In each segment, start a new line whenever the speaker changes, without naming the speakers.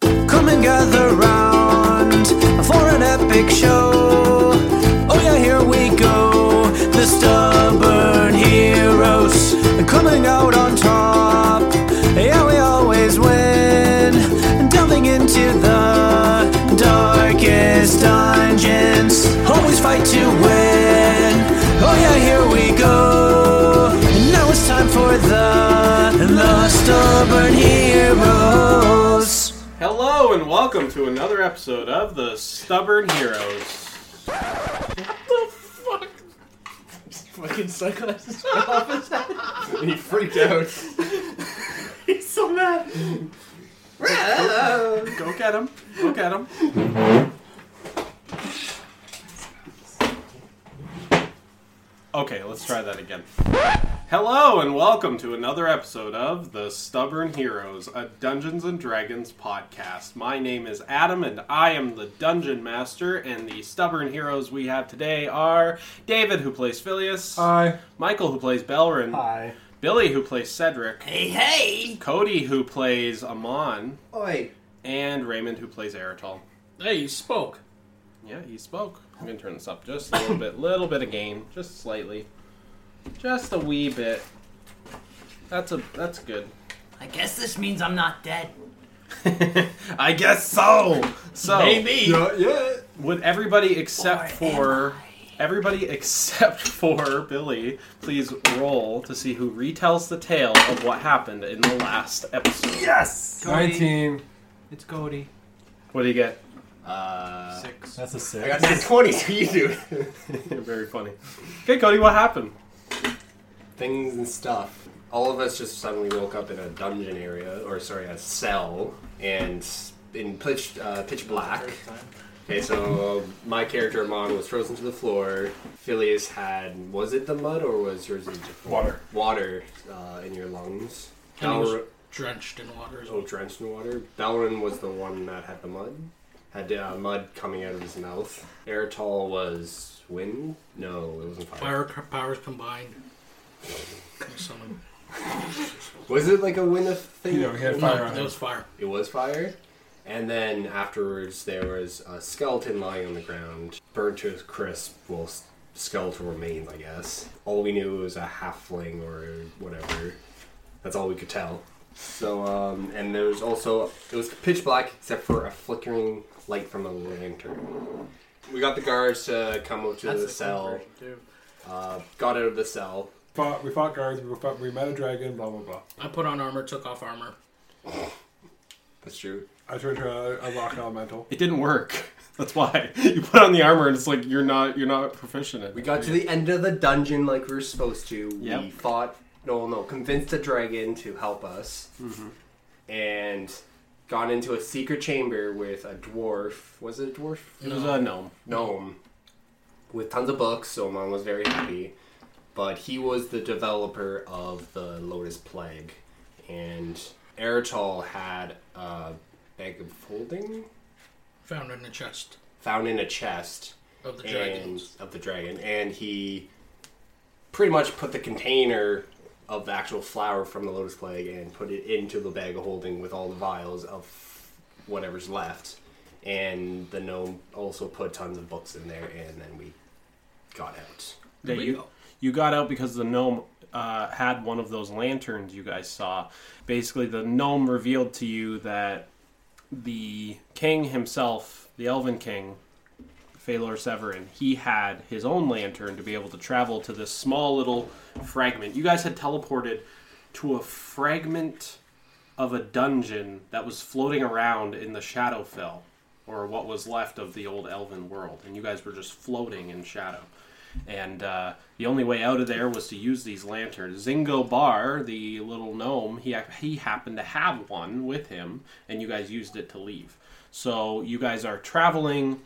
Come and gather round for an epic show. Oh yeah, here we go. The stubborn heroes coming out on top. Yeah, we always win. Delving into the darkest dungeons, always fight to win. Oh yeah, here we go. Now it's time for the the stubborn heroes.
Hello and welcome to another episode of the Stubborn Heroes.
Fucking sunglasses.
And he freaked out.
He's so mad.
Go get him. Go get him. Okay, let's try that again. Hello and welcome to another episode of The Stubborn Heroes, a Dungeons and Dragons podcast. My name is Adam and I am the Dungeon Master, and the stubborn heroes we have today are David, who plays Phileas,
Hi.
Michael, who plays Belrin,
Hi.
Billy, who plays Cedric. Hey, hey! Cody, who plays Amon.
Oi.
And Raymond, who plays Eritol.
Hey, you spoke.
Yeah, he spoke. I'm gonna turn this up just a little bit. Little bit of gain. Just slightly. Just a wee bit. That's a that's good.
I guess this means I'm not dead.
I guess so. So
Maybe.
Yeah, yeah.
would everybody except for everybody except for Billy please roll to see who retells the tale of what happened in the last episode.
Yes. Nineteen.
It's Cody.
What do you get?
Uh,
Six.
That's a six.
I got six twenties. What you do?
Very funny. Okay, Cody, what happened?
Things and stuff. All of us just suddenly woke up in a dungeon area, or sorry, a cell, and in pitch uh, pitch black. Okay, so my character Amon was frozen to the floor. Phileas had was it the mud or was yours it just
Water.
Water uh, in your lungs.
And he was-
Dalry-
Drenched in water as
Oh,
well.
drenched in water. Balrin was the one that had the mud. Had uh, mud coming out of his mouth. Eritol was wind. No, it wasn't fire.
Fire c- powers combined. Or something.
Was it like a wind of thing?
Yeah, we
No,
had Fire on
that
it.
was fire.
It was fire. And then afterwards, there was a skeleton lying on the ground, burnt to a crisp. Well, s- skeletal remains, I guess. All we knew was a halfling or whatever. That's all we could tell. So, um, and there was also it was pitch black except for a flickering light from a lantern. We got the guards to come up to the cell. Uh, got out of the cell.
Fought, we fought guards. We, fought, we met a dragon. Blah blah blah.
I put on armor, took off armor.
That's true.
I turned to a, a rock elemental.
It didn't work. That's why you put on the armor and it's like you're not you're not proficient. At
We got to the end of the dungeon like we were supposed to. We
Yep.
fought, no, no, convinced the dragon to help us, and got into a secret chamber with a dwarf. Was it a dwarf?
it was a gnome.
Gnome, with tons of books. So mom was very happy, but he was the developer of the Lotus Plague, and Eritol had a bag of holding
Found in the chest
found in a chest
of the
and
dragons.
of the dragon, and he pretty much put the container of the actual flower from the lotus plague and put it into the bag of holding with all the vials of whatever's left. And the gnome also put tons of books in there, and then we got out.
That you you got out because the gnome uh, had one of those lanterns you guys saw. Basically, the gnome revealed to you that the king himself, the Elven King, Phalor Severin, he had his own lantern to be able to travel to this small little fragment. You guys had teleported to a fragment of a dungeon that was floating around in the Shadowfell, or what was left of the old Elven world, and you guys were just floating in shadow. And uh, the only way out of there was to use these lanterns. Zingo Bar, the little gnome, he ac- he happened to have one with him, and you guys used it to leave. So you guys are traveling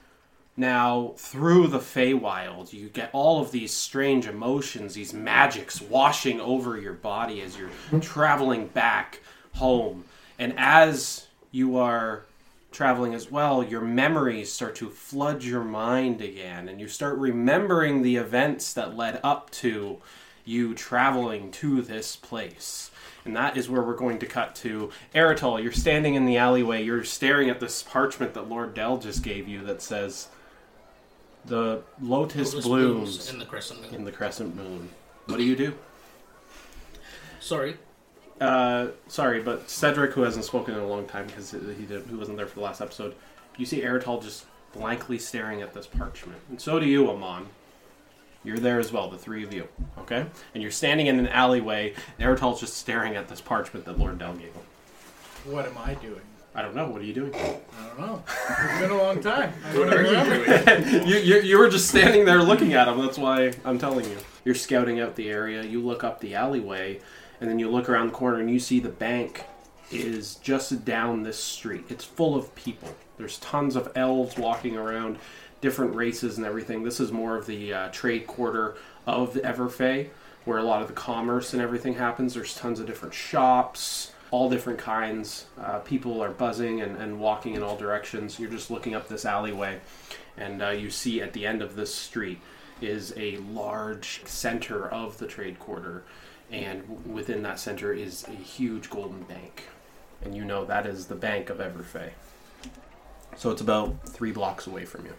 now through the Feywild, you get all of these strange emotions, these magics washing over your body as you're traveling back home. And as you are traveling as well, your memories start to flood your mind again, and you start remembering the events that led up to you traveling to this place. And that is where we're going to cut to. Eritol, you're standing in the alleyway. You're staring at this parchment that Lord Dell just gave you that says, The lotus,
Lotus
blooms,
in the crescent moon.
in the crescent moon. What do you do?
Sorry.
Uh, sorry, but Cedric, who hasn't spoken in a long time because he didn't, he wasn't there for the last episode, you see Eritol just blankly staring at this parchment, and so do you, Amon. You're there as well, the three of you, okay? And you're standing in an alleyway, and Eritol's just staring at this parchment that Lord Dell gave him.
What am I doing?
I don't know. What are you doing?
I don't know. It's been a long time. I
What
don't
are you
remember.
doing?
you, you, you were just standing there looking at him. That's why I'm telling you. You're scouting out the area. You look up the alleyway, and then you look around the corner, and you see the bank is just down this street. It's full of people. There's tons of elves walking around, different races and everything. This is more of the uh, trade quarter of Everfay, where a lot of the commerce and everything happens. There's tons of different shops. All different kinds. Uh, people are buzzing and, and walking in all directions. You're just looking up this alleyway, and uh, you see at the end of this street is a large center of the trade quarter and w- within that center is a huge golden bank and you know that is the bank of everfay so it's about three blocks away from you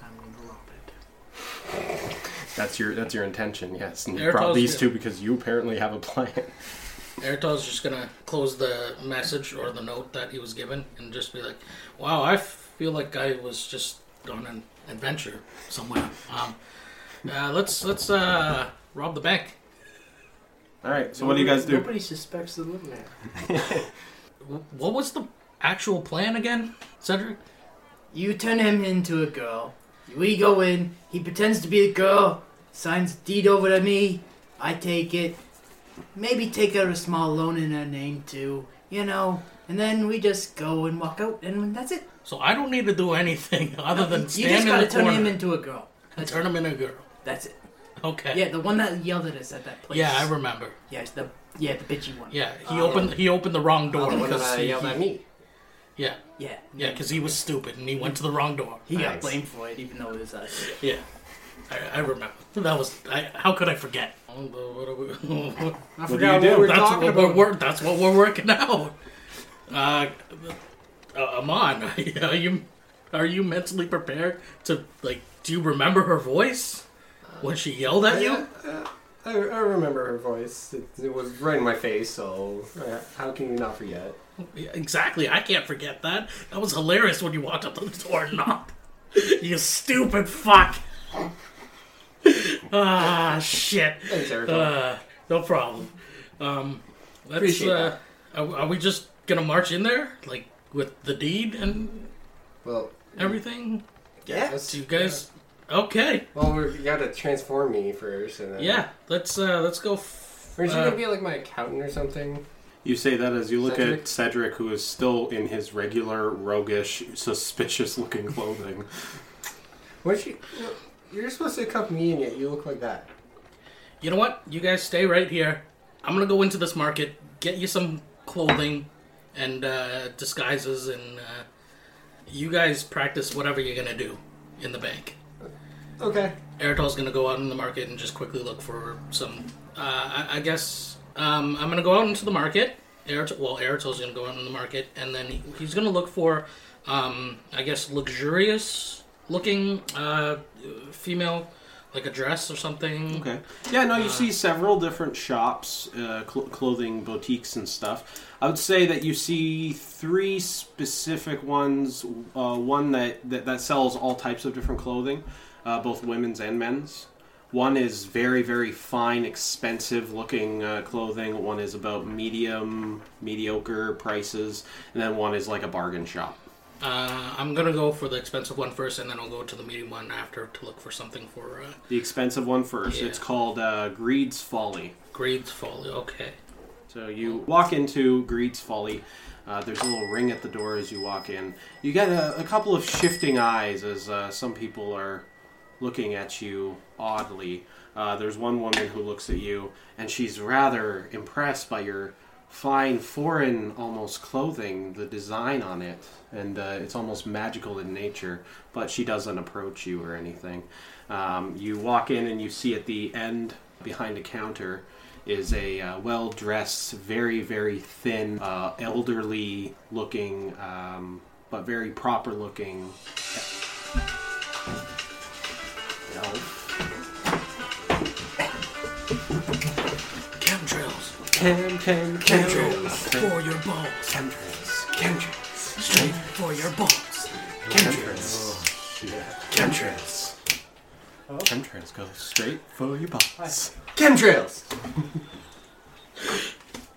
I'm going to rob it.
that's your that's your intention yes and you
There
brought
goes
these
you.
two because you apparently have a plan
Eritol's just gonna close the message or the note that he was given and just be like, "Wow, I feel like I was just on an adventure somewhere." Um, uh, let's let's uh, rob the bank.
all right so what do you guys do
Nobody suspects the little man.
Wh- What was the actual plan again, Cedric?
You turn him into a girl. We go in. He pretends to be a girl. Signs deed over to me. I take it. Maybe take out a small loan in her name too. You know. And then we just go and walk out, and that's it.
So I don't need to do anything other than
You
stand
just
in the
gotta turn
corner
him into a girl.
and turn him into a girl.
That's it.
Okay.
Yeah, the one that yelled at us at that place.
Yeah, I remember.
Yeah, it's the yeah the bitchy one.
Yeah, he opened he opened the wrong door
What
because
about
he,
yelled at me?
yeah
Yeah.
yeah because he was stupid and he went to the wrong door.
He got
Nice.
blamed for it, even though it was us.
Yeah, I, I remember. That was I, how could I forget? What are we-
I
do you
forgot
do?
what we were
that's
talking
what we're
about.
wor- that's what we're working out. Uh, uh, Amon, are you are you mentally prepared to like? Do you remember her voice when she yelled at you?
I, I remember her voice. It, it was right in my face, so uh, how can you not forget?
Yeah, exactly. I can't forget that. That was hilarious when you walked up the door and knocked. You stupid fuck. ah, shit.
Thanks, Eric.
Uh, no problem. Um, let's,
Appreciate
uh, Are, are we just gonna march in there, like with the deed and
well,
everything?
yeah.
Do you guys? Okay.
Well, we're, you gotta transform me first, and then
Yeah. Let's uh, let's go. F-
Aren't you
uh,
gonna be like my accountant or something?
you say that as you look
Cedric?
at cedric who is still in his regular roguish suspicious looking clothing
What you? You're supposed to accompany me, and yet you look like that.
you know what? You guys stay right here. I'm gonna go into this market, get you some clothing and uh, disguises, and uh, you guys practice whatever you're gonna do in the bank.
Okay.
Eritol's gonna go out in the market and just quickly look for some. Uh, I, I guess um, I'm gonna go out into the market. Eritol, well, Eritol's gonna go out in the market, and then he, he's gonna look for, um, I guess, luxurious-looking uh, female, like a dress or something.
Okay. Yeah, no, you see several different shops, uh, cl- clothing boutiques and stuff. I would say that you see three specific ones. Uh, one that, that that sells all types of different clothing, uh, both women's and men's. One is very very fine, expensive looking uh, clothing. One is about medium, mediocre prices, and then one is like a bargain shop.
Uh, I'm gonna go for the expensive one first, and then I'll go to the medium one after to look for something for uh,
The expensive one first.
Yeah.
It's called uh, Greed's Folly.
Greed's Folly. Okay.
So uh, you walk into Greed's Folly. Uh, there's a little ring at the door as you walk in. You get a, a couple of shifting eyes as uh, some people are looking at you oddly. Uh, there's one woman who looks at you, and she's rather impressed by your fine, foreign, almost clothing, the design on it, and uh, it's almost magical in nature. But she doesn't approach you or anything. Um, you walk in, and you see at the end, behind a counter, is a uh, well dressed, very, very thin, uh, elderly looking, um, but very proper looking elf.
Chemtrails
Chem, chem,
Chemtrails.
Chemtrails.
for your balls.
Chemtrails. Chemtrails.
Straight for your balls.
Chemtrails. Oh, Chemtrails. Oh. Chemtrails go straight for your balls.
Chemtrails!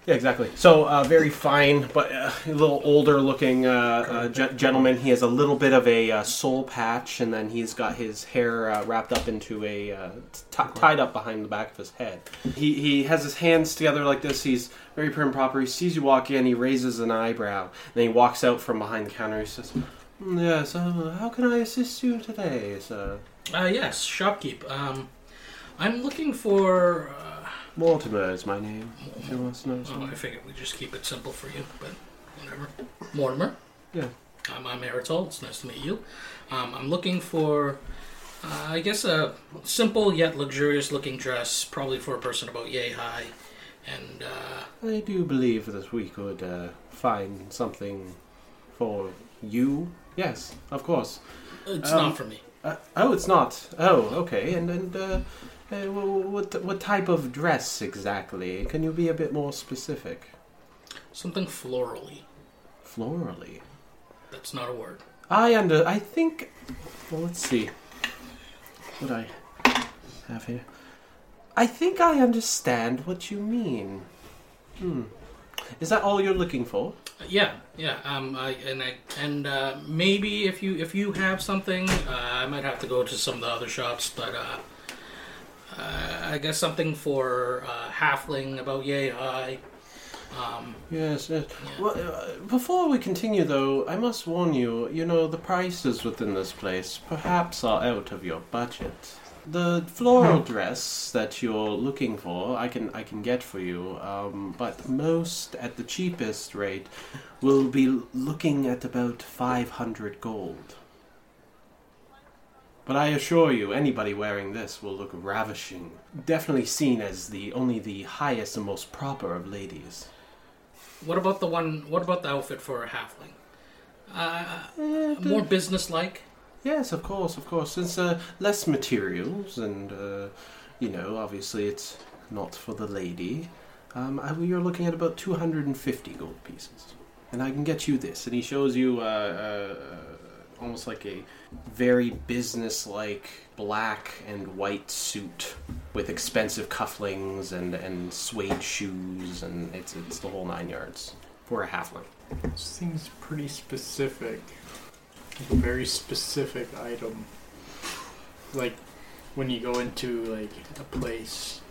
Yeah, exactly. So uh, very fine, but uh, a little older looking uh, uh, gen- gentleman. He has a little bit of a uh, soul patch, and then he's got his hair uh, wrapped up into a uh, t- tied up behind the back of his head. He he has his hands together like this. He's very prim and proper. He sees you walk in. He raises an eyebrow, and then he walks out from behind the counter. He says, "Mm, "Yes, uh, how can I assist you today, sir?"
Uh, yes, shopkeep. Um, I'm looking for. Uh,
Mortimer is my name. If you want to know
oh, I
something.
figured we just keep it simple for you, but whatever. Mortimer.
Yeah.
Um, I'm Eritol. It's nice to meet you. Um, I'm looking for, uh, I guess, a simple yet luxurious looking dress, probably for a person about yay high. And uh,
I do believe that we could uh, find something for you. Yes, of course.
it's
Um,
not for me.
Uh, oh, it's not. Oh, okay. And and uh, uh, wh- wh- what what type of dress exactly? Can you be a bit more specific?
Something florally.
Florally.
That's not a word.
I under. I think. Well, let's see. What I have here. I think I understand what you mean. Hmm. Is that all you're looking for?
Uh, yeah, yeah. Um, I, and I, and uh, maybe if you if you have something, uh, I might have to go to some of the other shops, but. Uh, uh, I guess something for uh, halfling about yay high. Um,
Yes, yes. Well, uh, before we continue, though, I must warn you. You know the prices within this place perhaps are out of your budget. The floral dress that you're looking for, I can I can get for you. Um, but most at the cheapest rate, will be looking at about five hundred gold. But I assure you, anybody wearing this will look ravishing. Definitely seen as the only the highest and most proper of ladies.
What about the one? What about the outfit for a halfling? Uh, more businesslike.
Yes, of course, of course. It's uh, less materials, and uh, you know, obviously, it's not for the lady. Um, I, you're looking at about two hundred and fifty gold pieces, and I can get you this. And he shows you uh, uh, almost like a very business-like black and white suit with expensive cufflings and and suede shoes, and it's it's the whole nine yards for a halfling.
Seems pretty specific. Like a very specific item. Like when you go into like a place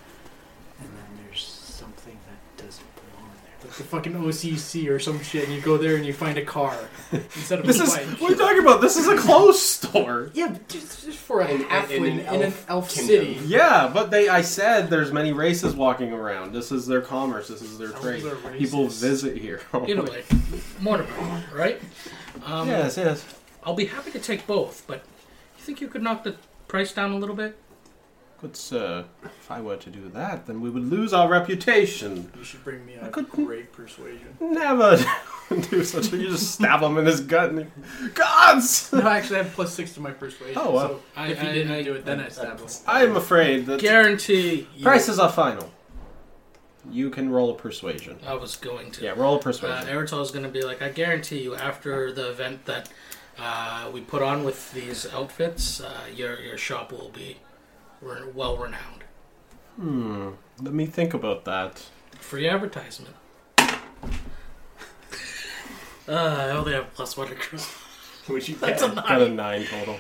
and then there's something that doesn't belong there. Like the fucking OCC or some shit and you go there and you find a car instead of
This
a
is
bike.
what are you talking about? This is a clothes store.
Yeah, but just, just for a
In- in- in
halfling in,
an
an elf,
elf kingdom.
city.
Yeah, but they I said there's many races walking around. This is their commerce, this is their
Elves
trade.
are
People
racist.
visit here.
Either way, Mortimer, right? Um,
yes, yes.
I'll be happy to take both, but you think you could knock the price down a little bit?
Good sir, uh, if I were to do that, then we would lose our reputation.
You should bring me
I
a
couldn't-
great persuasion.
Never do such a you just stab him in his gut and he, Gods!
No, actually, I have plus six to my persuasion.
Oh, wow.
So
I-
if you
I-
didn't
I-
do it, then I stab him.
I'm afraid that
Guarantee. You,
prices are final. You can roll a persuasion.
I was going to.
Yeah, roll a
Uh,
persuasion. Eritol's
going to be like, I guarantee you, after the event that uh, we put on with these outfits, uh, your your shop will be re- well renowned.
hmm. Let me think about that.
Free advertisement. Uh, I only have plus one across.
Would you
That's a
Got a
nine.
nine total.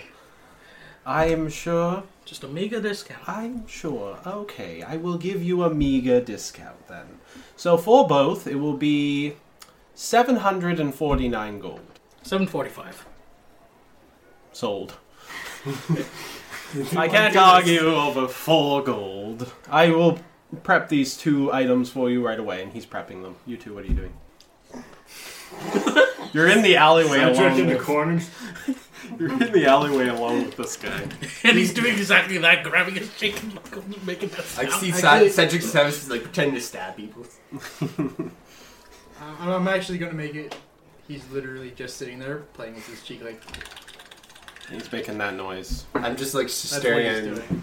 I am sure
Just a mega discount.
I'm sure. Okay, I will give you a meager discount then. So for both, it will be 749 gold.
Seven forty-five.
Sold. I can't argue over four gold. I will prep these two items for you right away, and he's prepping them. You two, what are you doing? You're in the alleyway
I'm
alone.
drinking the
with-
corners.
You're in the alleyway alone with this guy.
and he's doing exactly that, grabbing his chicken leg and making that
I
sound.
see
I
Sa-
did-
Cedric Samus is like pretending to stab people.
Uh, I'm actually gonna make it. He's literally just sitting there playing with his cheek, like
He's making that noise.
I'm just like
that's
staring
what he's
at him.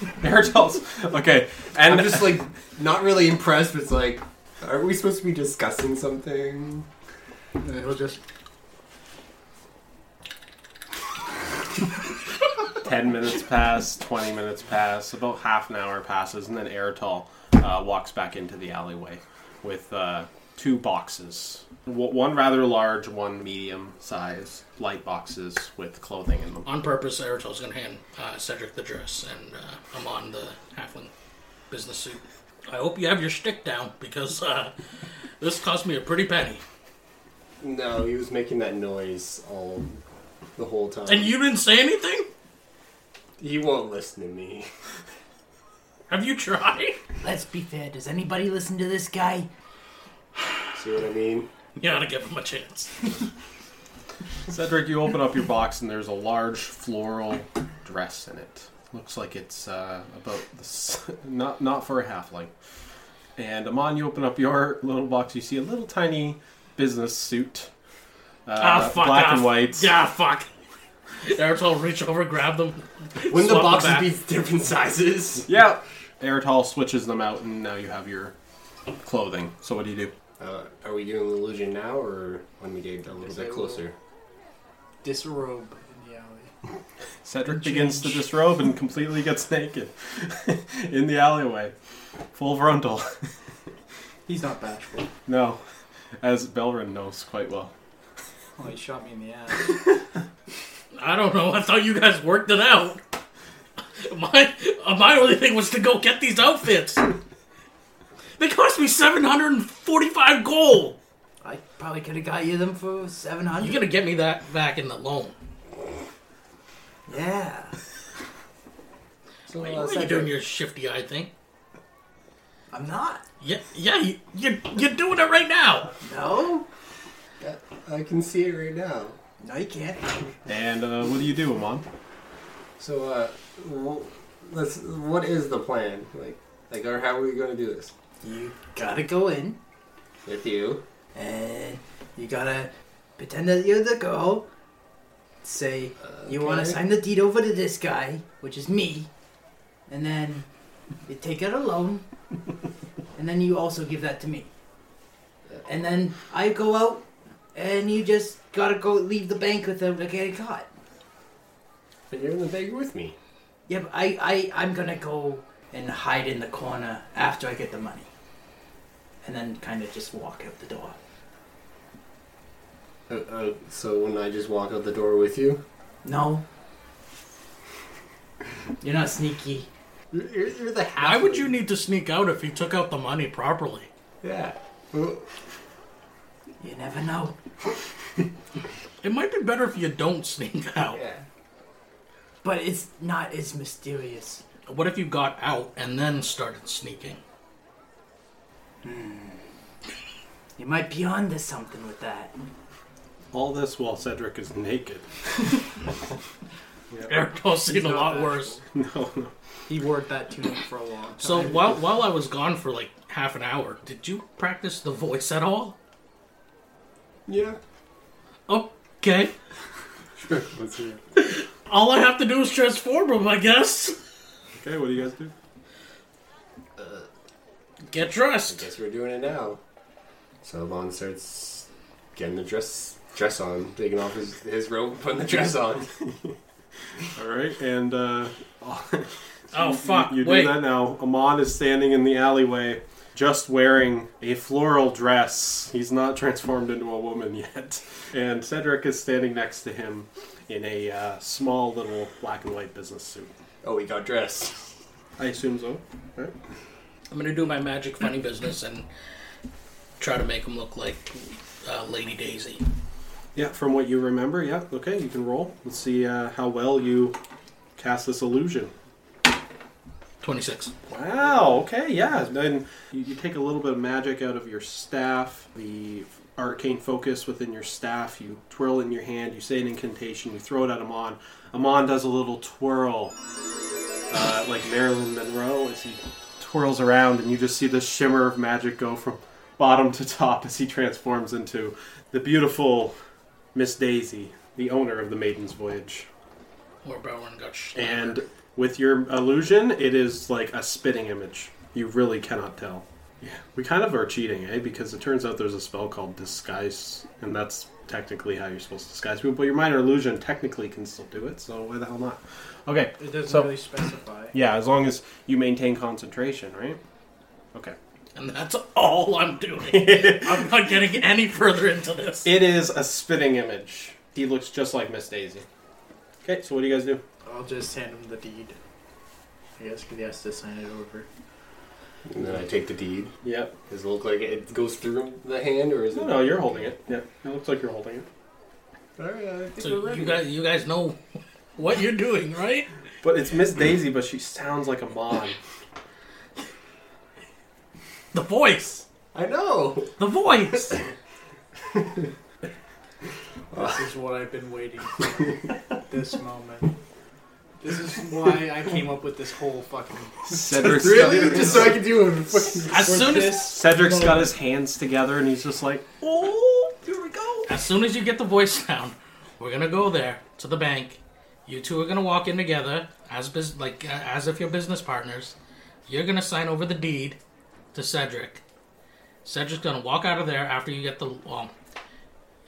doing.
Airtel's okay, and
I'm just like not really impressed, but it's like, are we supposed to be discussing something?
And then he'll just
ten minutes pass, twenty minutes pass, about half an hour passes, and then Airtel uh, walks back into the alleyway with uh, two boxes, W- one rather large, one medium size, light boxes with clothing in them.
On purpose, Aerotol's gonna hand uh, Cedric the dress, and uh, I'm on the halfling business suit. I hope you have your shtick down because uh, this cost me a pretty penny,
No, he was making that noise all the whole time.
and you didn't say anything.
he won't listen to me.
Have you tried?
Let's be fair. Does anybody listen to this guy?
See what I mean?
You ought to give him a chance.
Cedric, you open up your box and there's a large floral dress in it. Looks like it's uh, about the s not not for a halfling. And Amon, you open up your little box. You see a little tiny business suit, uh,
Ah, fuck
black
off.
and white.
Yeah, fuck. Aerotol reach over, grab them.
Wouldn't the
Swap
boxes
back.
be different sizes?
yeah. Aerotol switches them out, and now you have your clothing. So what do you do?
Uh, are we doing the illusion now, or when we get a little
Yes, I
bit
will.
closer?
disrobe in the alley.
Cedric begins to disrobe and completely gets naked in the alleyway, full frontal.
He's not bashful.
No, as Belrin knows quite well.
Oh, he shot me in the ass.
I don't know. I thought you guys worked it out. My my only thing was to go get these outfits. They cost me seven hundred and forty-five gold.
I probably could have got you them for seven
You're
hundred.
gonna get me that back in the loan.
Yeah.
So,
Wait,
uh,
what are you
Cedric-
doing your shifty eye thing?
I'm not.
Yeah, yeah, you, you you're doing it right now.
No.
I can see it right now.
No, you can't.
And uh, what do you do, Amon?
So, uh, wh- let's. What is the plan? Like, like, or how are we going to do this?
You gotta go in,
With you?
and you gotta pretend that you're the girl. Say you want to
Okay.
sign the deed over to this guy, which is me, and then you take out a loan, and then you also give that to me. And then I go out, and you just gotta go leave the bank without getting caught.
But you're in the bank with me.
Yeah, but I, I, I'm gonna go and hide in the corner after I get the money. And then kind of just walk out the door.
Uh, uh, so when I just walk out the door with you?
No. You're not sneaky.
You're, you're the half.
Why would you need to sneak out if you took out the money properly?
Yeah. Well,
You never know.
It might be better if you don't sneak out.
yeah.
But it's not as mysterious.
What if you got out and then started sneaking?
You might be onto something with that.
All this while Cedric is naked.
Aerodol's seen a
not
lot
bashful.
worse.
No, no.
He wore that tunic for a long time.
So while while I was gone for like half an hour, did you practice the voice at all?
Yeah.
Okay.
Let's hear. it.
All I have to do is transform him, I guess.
Okay, what do you guys do?
Get dressed.
Guess we're doing it now. So Vaughn starts getting the dress dress on, taking off his, his robe, putting the dress on.
All right, and uh,
Oh fuck!
you do
Wait,
that now. Amon is standing in the alleyway, just wearing a floral dress. He's not transformed into a woman yet. And Cedric is standing next to him in a uh, small little black and white business suit.
Oh, he got dressed.
I assume so. Right?
I'm gonna do my magic funny business and try to make him look like uh, Lady Daisy.
Yeah, from what you remember. Yeah. Okay, you can roll. Let's see uh, how well you cast this illusion.
Twenty-six.
Wow. Okay. Yeah. Then you, you take a little bit of magic out of your staff. The arcane focus within your staff. You twirl in your hand, you say an incantation, you throw it at Amon. Amon does a little twirl, uh, like Marilyn Monroe, as he twirls around, and you just see the shimmer of magic go from bottom to top as he transforms into the beautiful Miss Daisy, the owner of the Maiden's Voyage.
Or Bowen got sh-
And with your illusion, it is like a spitting image. You really cannot tell. Yeah, we kind of are cheating, eh? Because it turns out there's a spell called disguise, and that's technically how you're supposed to disguise people. But your minor illusion technically can still do it, so why the hell not? Okay,
It doesn't
So-
really specify.
yeah, as long as you maintain concentration, right? Okay.
and that's all I'm doing. I'm not getting any further into this.
It is a spitting image. He looks just like Miss Daisy. Okay, so what do you guys do?
I'll just hand him the deed. I guess because he has to sign it over.
And then I take the deed.
Yep.
Does it look like it goes through the hand, or is it?
No, no, you're holding it. Yeah, it looks like you're holding it.
All right, I think
So
we're ready.
you guys, you guys know what you're doing, right?
But it's Miss Daisy, but she sounds like a mon.
The voice,
I know.
the voice.
This is what I've been waiting for. this moment. This is why I came up with this whole fucking.
Cedric's,
Really? Just so I can do a fucking.
As
for
soon as,
this
Cedric's
moment.
got his hands together and he's just like, oh, here we go.
as soon as you get the voice down, we're gonna go there to the bank. You two are gonna walk in together as bus- like uh, as if you're business partners. You're gonna sign over the deed to Cedric. Cedric's gonna walk out of there after you get the well,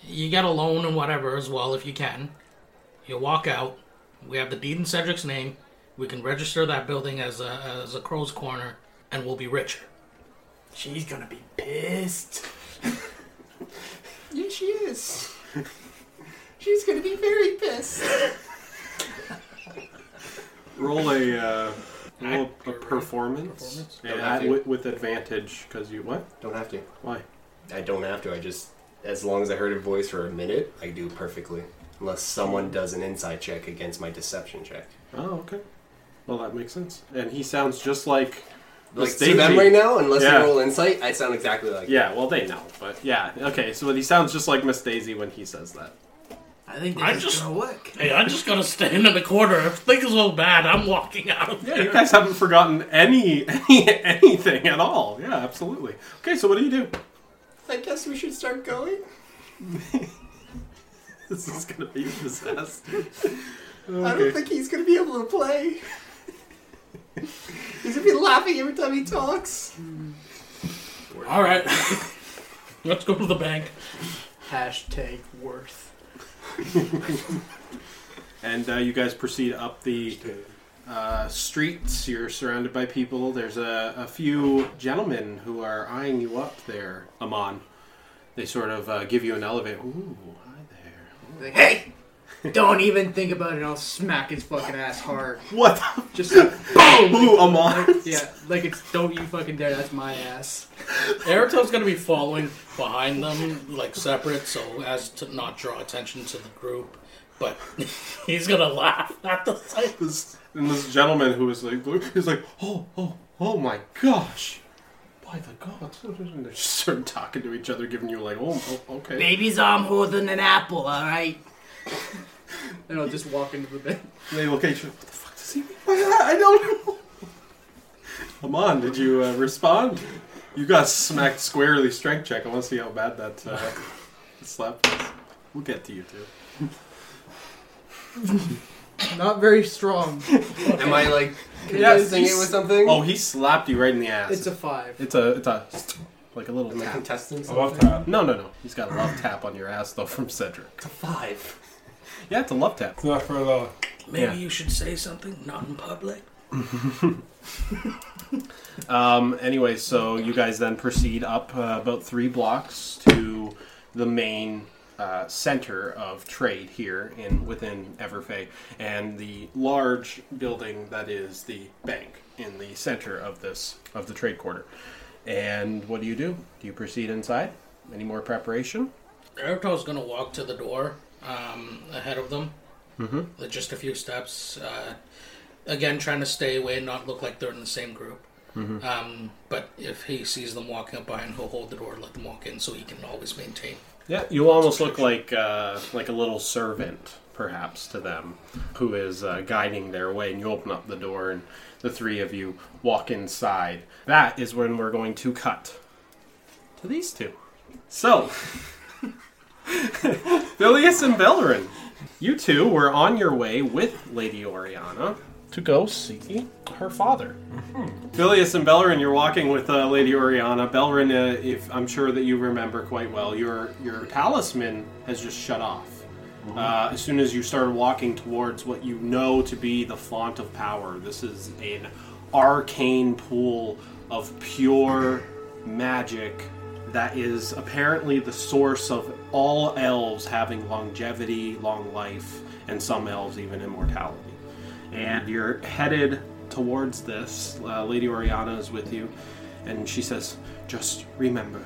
you get a loan and whatever as well if you can. You walk out. We have the deed in Cedric's name. We can register that building as a as a crow's corner, and we'll be richer.
She's gonna be pissed.
Yeah, she is. She's gonna be very pissed.
Roll a, uh, roll a performance. Yeah,
Don't have
at-
to.
with, with advantage because you, what?
Don't have to.
Why?
I don't have to. I just, as long as I heard a voice for a minute, I do perfectly. Unless someone does an insight check against my deception check.
Oh, okay. Well, that makes sense. And he sounds just like
Like
Miss
to them
Daisy.
right now, unless
Yeah.
they roll insight, I sound exactly like.
Yeah, well, they know, but yeah, okay. So he sounds just like Miss Daisy when he says that.
I think this
I
is
just-
gonna work.
Hey, I'm just gonna stand in the corner. If things go bad, I'm walking out of
Yeah, you
there.
guys haven't forgotten any, any anything at all. Yeah, absolutely. Okay, so what do you do?
I guess we should start going.
This is gonna be a disaster.
I don't think he's gonna be able to play. he's gonna be laughing every time he talks.
All right. Let's go to the bank.
Hashtag worth.
And uh, you guys proceed up the uh, streets. You're surrounded by people. There's a, a few gentlemen who are eyeing you up there, Amon. They sort of uh, give you an elevator. Ooh, hi there.
Like, hey,
Don't even think about it. I'll smack his fucking ass hard.
What the?
Just like,
Ooh, Amon.
yeah, like it's don't you fucking dare. That's my ass.
Erito's gonna be following behind them, like separate, so as to not draw attention to the group. But he's gonna laugh at the sight.
This, and this gentleman who was like, he's like, oh, oh, oh my gosh. By the gods. And they just start talking to each other, giving you like, oh, oh okay.
baby's arm holding an apple, alright?
And I'll just walk into the bed.
They look at each other. What the fuck does he mean by that? I don't know. Amon, did you uh, respond? You got smacked squarely. Strength check. I want to see how bad that uh, slap was. We'll get to you too.
Not very strong.
Am I like
Yeah,
contesting
he's-
it with something?
Oh, he slapped you right in the ass.
It's a five.
it's a, it's a, like a little
Am I
tap.
contesting
I
something?
love that.
No, no, no. He's got a love tap on your ass though from Cedric.
It's a five.
Yeah, it's a love tap.
It's not for the.
Maybe
Yeah.
you should say something, not in public.
Um, anyway, so you guys then proceed up uh, about three blocks to the main uh, center of trade here in within Everfay, and the large building that is the bank in the center of this of the trade quarter. And what do you do? Do you proceed inside? Any more preparation?
Erito's gonna walk to the door um, ahead of them, mm-hmm. just a few steps. Uh, again, trying to stay away, and not look like they're in the same group.
Mm-hmm.
Um, but if he sees them walking up behind, he'll hold the door and let them walk in, so he can always maintain.
Yeah, you almost look like uh, like a little servant, perhaps, to them, who is uh, guiding their way. And you open up the door, and the three of you walk inside. That is when we're going to cut to these two. So, Phileas and Bellerin, you two were on your way with Lady Oriana to go see her father. Phileas and Bellerin, you're walking with uh, Lady Oriana. Bellerin, uh, if I'm sure that you remember quite well, your your talisman has just shut off. Uh, as soon as you started walking towards what you know to be the font of power, this is an arcane pool of pure magic that is apparently the source of all elves having longevity, long life, and some elves even immortality and you're headed towards this. Uh, Lady Oriana is with you, and she says, Just remember,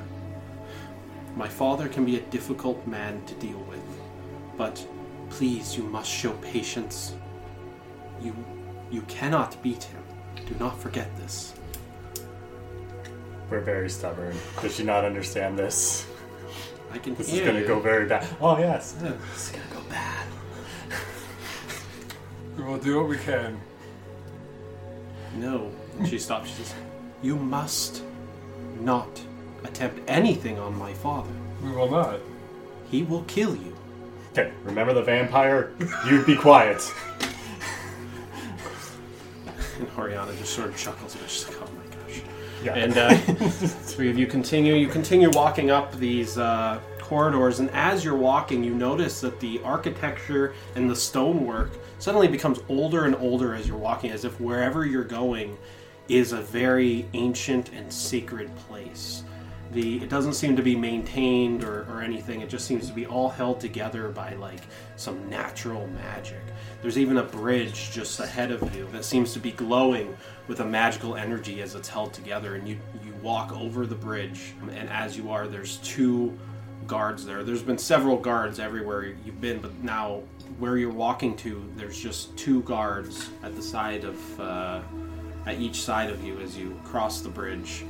my father can be a difficult man to deal with, but please, you must show patience. You, you cannot beat him. Do not forget this.
We're very stubborn. Does she not understand this?
I can
This
hear
is gonna
you.
go very bad. Oh yes.
This is gonna go bad.
We will do what we can.
No. And she stops. She says, You must not attempt anything on my father.
We will not.
He will kill you.
Okay, remember the vampire? You be quiet.
And Oriana just sort of chuckles and she's like, oh my gosh.
Yeah.
And uh, three of you continue. You continue walking up these uh, corridors, and as you're walking, you notice that the architecture and the stonework suddenly becomes older and older as you're walking, as if wherever you're going is a very ancient and sacred place. The it doesn't seem to be maintained or, or anything. It just seems to be all held together by like some natural magic. There's even a bridge just ahead of you that seems to be glowing with a magical energy as it's held together. And you you walk over the bridge, and as you are, there's two guards there. There's been several guards everywhere you've been, but now where you're walking to, there's just two guards at the side of uh, at each side of you as you cross the bridge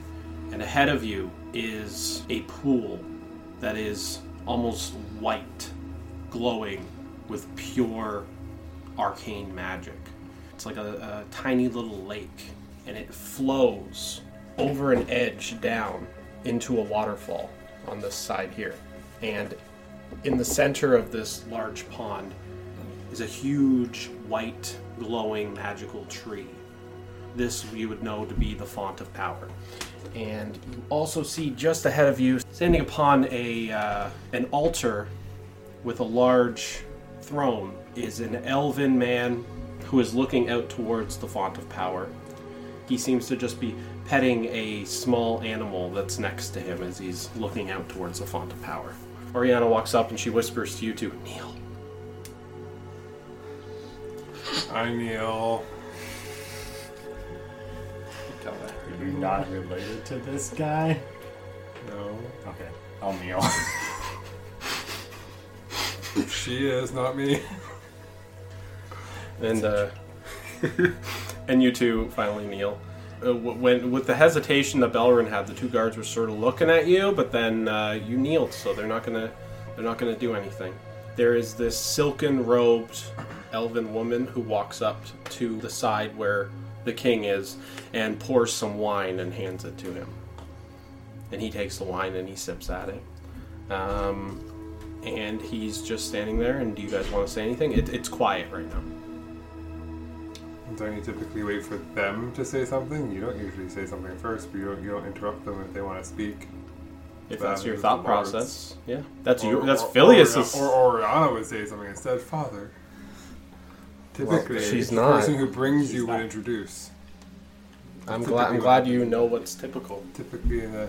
and ahead of you is a pool that is almost white, glowing with pure arcane magic. It's like a, a tiny little lake, and it flows over an edge down into a waterfall on this side here. And in the center of this large pond is a huge, white, glowing magical tree. This you would know to be the font of power and you also see just ahead of you, standing upon a uh, an altar with a large throne, is an elven man who is looking out towards the font of power. He seems to just be petting a small animal that's next to him as he's looking out towards the font of power. Oriana walks up and she whispers to you two, "Kneel."
I kneel.
Are you not related to this guy?
No.
Okay, I'll kneel.
She is, not me.
and uh, and you two finally kneel. Uh, w- when with the hesitation that Belrin had, the two guards were sort of looking at you, but then uh, you kneeled, so they're not gonna they're not gonna do anything. There is this silken robed elven woman who walks up to the side where the king is and pours some wine and hands it to him. And he takes the wine and he sips at it. Um, and he's just standing there. And do you guys want to say anything? It, it's quiet right now.
Don't you typically wait for them to say something? You don't usually say something first, but you don't, you don't interrupt them if they want to speak.
If
That
that's your
is
thought
the Lord's.
process, yeah, that's
Or-
your that's
or-
Phileas's.
Or, or Oriana would say something instead. Father. Typically,
she's
the
not.
person who brings you would introduce.
I'm
That's
glad I'm
typically
glad
what
you know what's typical.
Typically, in the.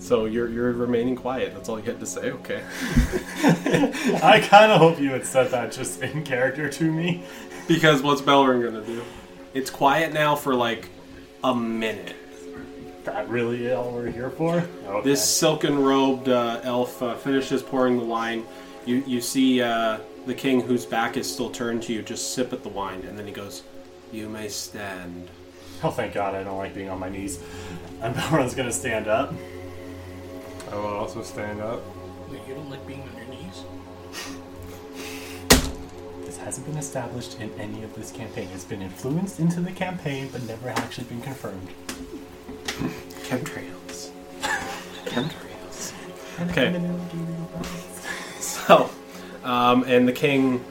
So you're you're remaining quiet. That's all you had to say. Okay.
I kind of hope you had said that just in character to me.
Because what's Bellerin gonna do? It's quiet now for like a minute.
That really all we're here for? Okay.
This silken robed uh, elf uh, finishes pouring the wine. You you see uh, the king, whose back is still turned to you, just sip at the wine, and then he goes, "You may stand."
Oh, thank God, I don't like being on my knees. And Belron's gonna stand up.
I will also stand up.
Wait, you don't like being on your knees?
This hasn't been established in any of this campaign. It's been influenced into the campaign, but never actually been confirmed.
Chemtrails. Chemtrails. Okay. So, um, and the king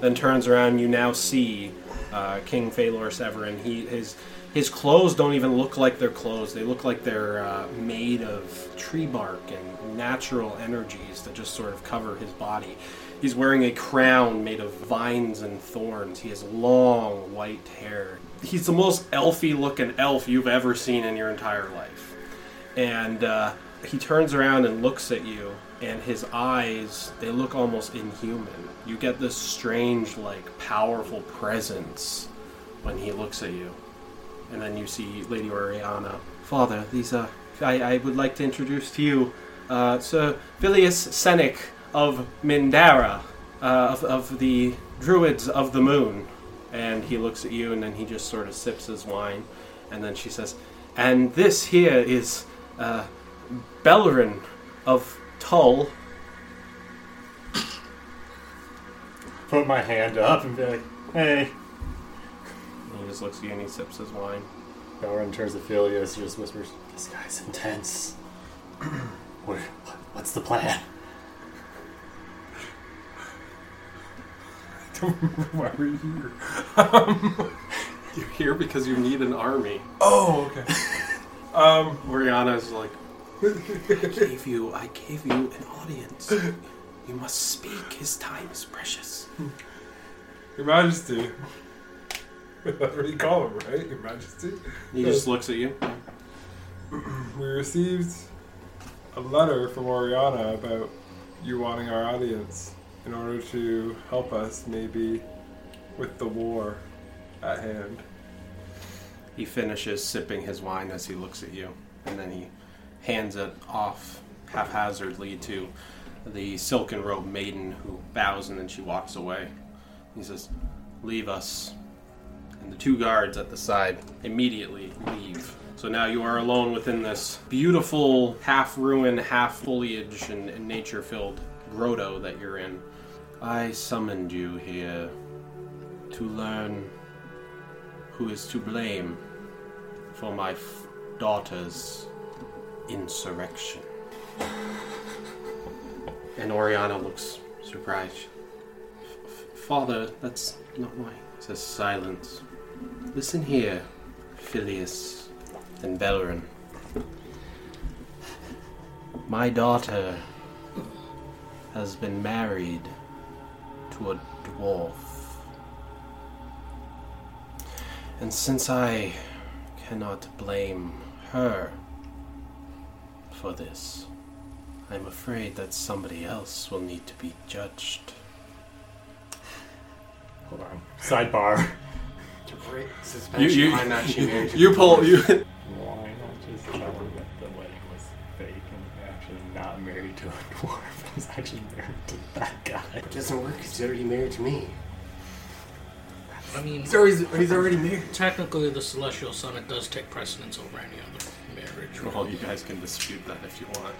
then turns around. You now see uh, King Phalor Severin. He his his clothes don't even look like their clothes. They look like they're uh, made of tree bark and natural energies that just sort of cover his body. He's wearing a crown made of vines and thorns. He has long white hair. He's the most elfy looking elf you've ever seen in your entire life and uh, he turns around and looks at you and his eyes they look almost inhuman you get this strange like powerful presence when he looks at you and then you see lady oriana father these are i, I would like to introduce to you uh, sir Vilius Senek of mindara uh, of, of the druids of the moon and he looks at you and then he just sort of sips his wine and then she says and this here is uh, Bellerin of Tull.
Put my hand up and be like, hey.
And he just looks at you and he sips his wine.
Belron turns to Phileas and just whispers, This guy's intense. what, what, what's the plan?
Why are you here?
You're here because you need an army.
Oh, okay. um,
Oriana's like, I gave you, I gave you an audience. You must speak. His time is precious.
Your Majesty. That's what you call him, right? Your Majesty.
He just looks at you.
We received a letter from Oriana about you wanting our audience in order to help us, maybe, with the war at hand.
He finishes sipping his wine as he looks at you, and then he hands it off haphazardly to the silken robed maiden who bows and then she walks away. He says, Leave us. And the two guards at the side immediately leave. So now you are alone within this beautiful, half ruin, half foliage, and, and nature filled grotto that you're in. I summoned you here to learn who is to blame for my f- daughter's insurrection. And Oriana looks surprised. F- Father, that's not why. Says silence. Listen here, Phileas and Bellerin. My daughter has been married to a dwarf. And since I cannot blame her for this, I'm afraid that somebody else will need to be judged.
Hold on. Sidebar.
To break suspension,
you-
I'm actually married to
You pull you
Why not just tell her that the wedding was fake and actually not married to a dwarf? He's actually married to that guy.
It doesn't work because he's already married to me.
I mean,
He's already, he's already married.
technically, the celestial sonnet does take precedence over any other marriage.
Well, you guys can dispute that if you want.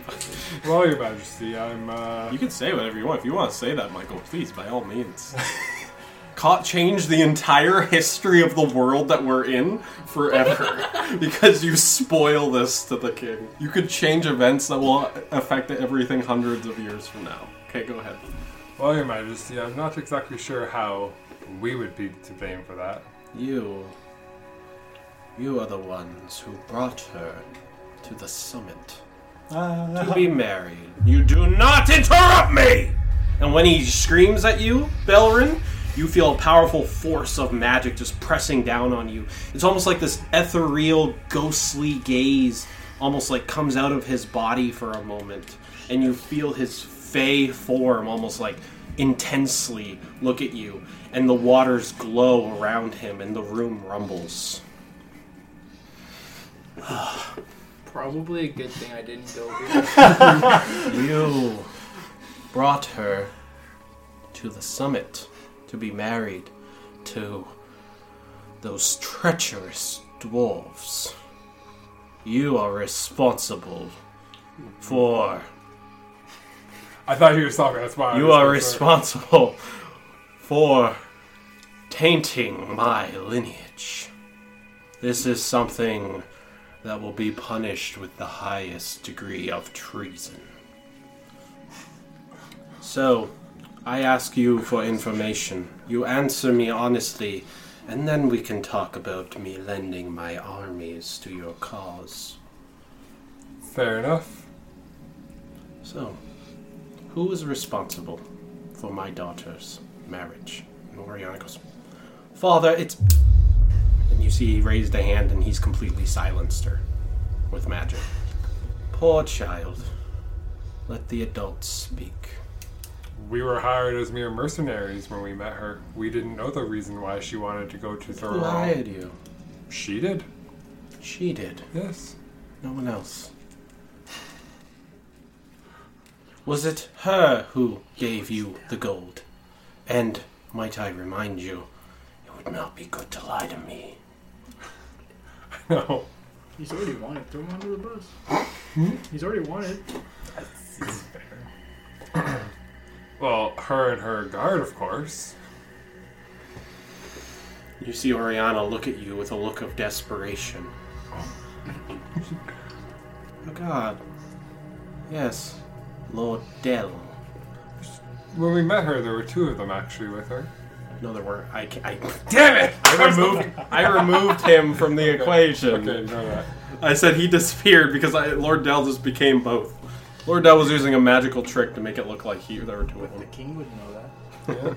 Well, Your Majesty, I'm, uh,
You can say whatever you want. If you want to say that, Michael, please, by all means. Caught change the entire history of the world that we're in forever because you spoil this to the king. You could change events that will affect everything hundreds of years from now. Okay, go ahead.
well, Your Majesty, I'm not exactly sure how we would be to blame for that.
You. You are the ones who brought her to the summit to be married. You do not interrupt me! And when he screams at you, Belrin, you feel a powerful force of magic just pressing down on you. It's almost like this ethereal, ghostly gaze almost like comes out of his body for a moment. And you feel his fey form almost like intensely look at you. And the waters glow around him and the room rumbles.
Probably a good thing I didn't go here.
You brought her to the summit to be married to those treacherous dwarves. You are responsible for.
I thought you were talking. That's why I
You
was
are
concerned.
responsible for tainting my lineage. This is something that will be punished with the highest degree of treason. So, I ask you for information. You answer me honestly, and then we can talk about me lending my armies to your cause.
Fair enough.
So, who is responsible for my daughter's marriage? And Oriana goes, Father, it's. And you see he raised a hand and he's completely silenced her with magic. Poor child. Let the adults speak.
We were hired as mere mercenaries when we met her. We didn't know the reason why she wanted to go to
Who
Thoreau.
hired you?
She did.
She did.
Yes.
No one else. Was it her who gave you the gold? And might I remind you, it would not be good to lie to me.
No.
He's already wanted. Throw him under the bus.
Hmm?
He's already wanted.
That's fair.
Well, her and her guard, of course.
You see Oriana look at you with a look of desperation. oh god. Yes, Lord Dell.
When we met her, there were two of them actually with her.
No, there were. I, ca- I damn it! I removed. I removed him from the equation.
Okay, ignore that.
I said he disappeared because I, Lord Dell just became both. Lord Dell was using a magical trick to make it look like he there were two of
The
them.
king would know that.
Yeah.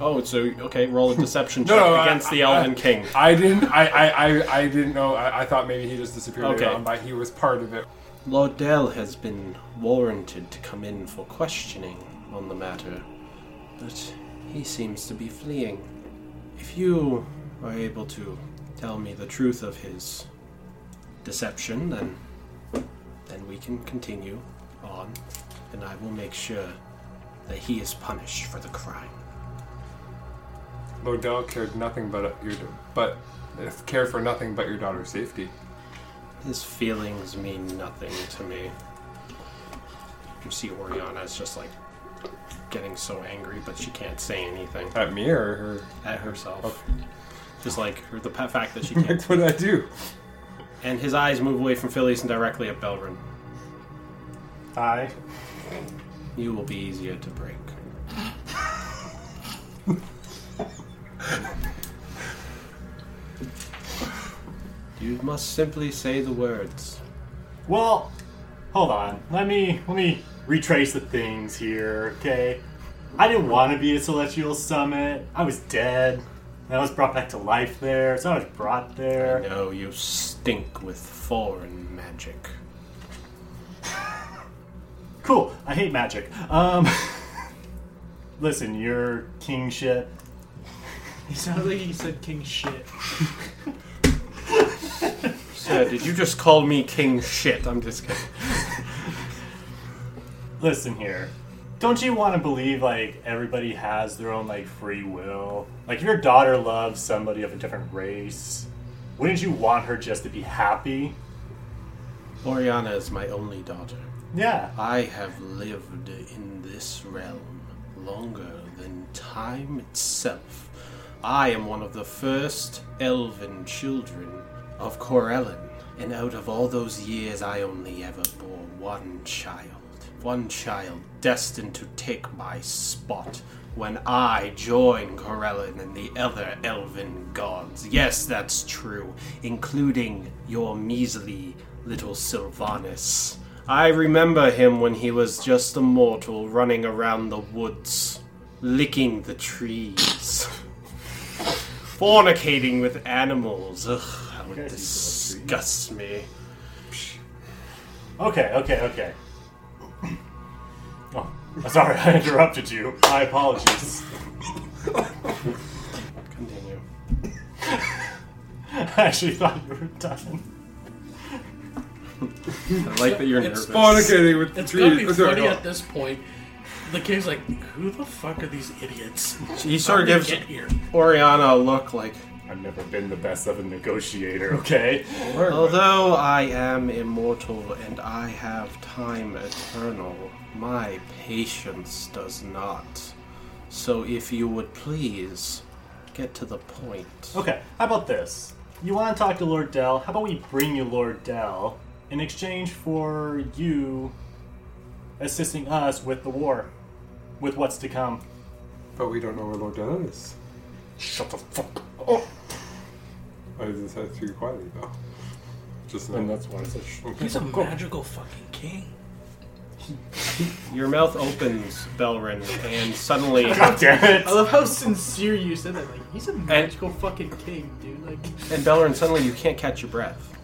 Oh, so okay, roll a deception
No,
check
no, I-
against the
I-
Elven King.
I didn't. I, I, I, I didn't know. I, I thought maybe he just disappeared
Okay.
later on, but he was part of it.
Lord Dell has been warranted to come in for questioning on the matter, but he seems to be fleeing. If you are able to tell me the truth of his deception, then then we can continue on, and I will make sure that he is punished for the crime.
Lodell cared nothing but your, but cared for nothing but your daughter's safety.
His feelings mean nothing to me. You see, Oriana is just like getting so angry, but she can't say anything.
At me or her?
at herself. Just like her, the pa- fact that she can't.
That's what I do.
and his eyes move away from Phileas and directly at Belrin.
I
You will be easier to break. you must simply say the words.
Well, hold on. Let me let me retrace the things here, okay? I didn't want to be at Celestial Summit. I was dead. And I was brought back to life there, so I was brought there.
No, Oh, you stink with foreign magic.
Cool. I hate magic. Um, listen, your kingship.
He sounded like he said king shit.
Sir, did you just call me king shit? I'm just kidding.
Listen here. Don't you want to believe like everybody has their own like free will? Like if your daughter loves somebody of a different race, wouldn't you want her just to be happy?
Oriana is my only daughter.
Yeah.
I have lived in this realm longer than time itself. I am one of the first elven children of Corellon, and out of all those years, I only ever bore one child. One child destined to take my spot when I join Corellon and the other elven gods. Yes, that's true, including your measly little Sylvanas. I remember him when he was just a mortal running around the woods, licking the trees, fornicating with animals. Ugh, that would disgust me.
Okay, okay, okay. Oh, sorry, I interrupted you. My apologies.
Continue.
I actually thought you were done.
I like that you're
It's
nervous.
Oh, Fornicating with the
It's gotta
trees.
be
Oh, sorry,
funny
no.
at this point. The king's like, who the fuck are these idiots?
He sort of
How did
gives
they get here?
Oriana a look like,
I've never been the best of a negotiator, okay?
Although I am immortal and I have time eternal, my patience does not. So if you would please get to the point.
Okay, how about this? You want to talk to Lord Dell? How about we bring you Lord Dell in exchange for you assisting us with the war, with what's to come?
But we don't know where Lord Dell is.
Shut the fuck up.
I decided to be quietly though. Just
And
now.
that's why I said, sh-
He's a magical fucking king.
Your mouth opens, Belrin, and suddenly
God damn it!
I love how sincere you said that. Like he's a magical fucking king, dude. Like
And Bellerin, suddenly you can't catch your breath.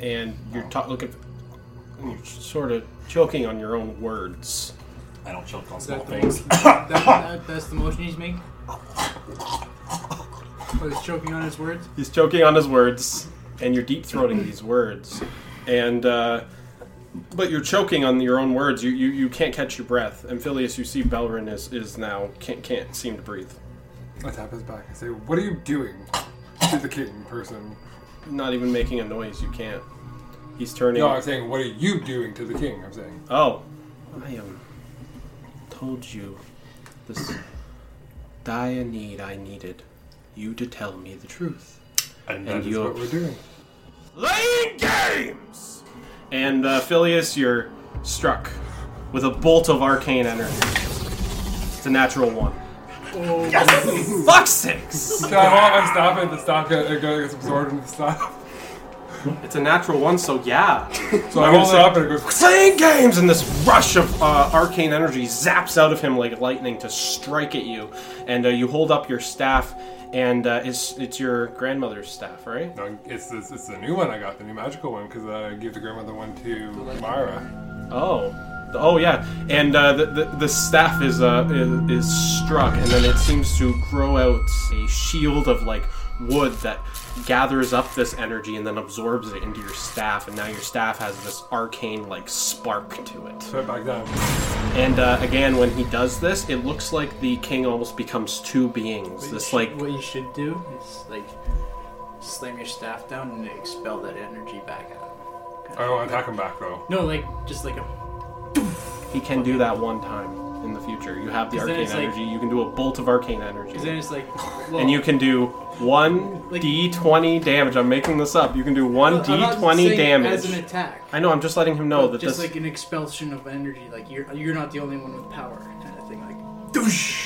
And you're ta- looking, and you're sort of choking on your own words.
I don't choke on
that
small
the
things.
that, that- that's the motion he's making. Oh, he's choking on his words.
He's choking on his words, and you're deep throating these words, and uh, but you're choking on your own words. You, you you can't catch your breath. Amphibious, you see, Belrin is is now can't can't seem to breathe.
I tap his back and say, What are you doing? to the king person.
Not even making a noise. You can't. He's turning.
No, I'm saying, What are you doing to the king? I'm saying.
Oh, I am. Told you this dire need I needed you to tell me the truth. And
And that is-
That's what
you're
we're doing.
playing games! And uh, Phileas, you're struck with a bolt of arcane energy. It's a natural one. Oh, yes! Fuck six!
Can I hold on, stop it? The stock uh, goes gets absorbed into the stock.
It's a natural one, so yeah.
So I
gonna
hold it
say-
up and it goes.
playing games and this rush of uh, arcane energy zaps out of him like lightning to strike at you and uh, you hold up your staff and uh, it's it's your grandmother's staff right
No, it's, it's, it's the new one I got, the new magical one, because I gave the grandmother one to Mara.
oh oh yeah and uh, the, the, the staff is, uh, is is struck and then it seems to grow out a shield of like wood that gathers up this energy and then absorbs it into your staff and now your staff has this arcane like spark to it
Put it back down.
And uh, again, when he does this, it looks like the king almost becomes two beings.
You
This
should-
like
what you should do is like slam your staff down and expel that energy back out.
I don't want to attack him back, though.
No, like just like a
he can do that one time in the future. You have the
'Cause then
arcane
it's like-
energy. You can do a bolt of arcane
because then
energy,
it's like well,
and you can do one
Like-
d twenty damage. I'm making this up. You can do
I'm
one
not
d twenty
saying as an
damage.
attack.
I know. I'm just letting him know
but
that
just
this.
like an expulsion of energy, like you're you're not the only one with power, kind of thing. Like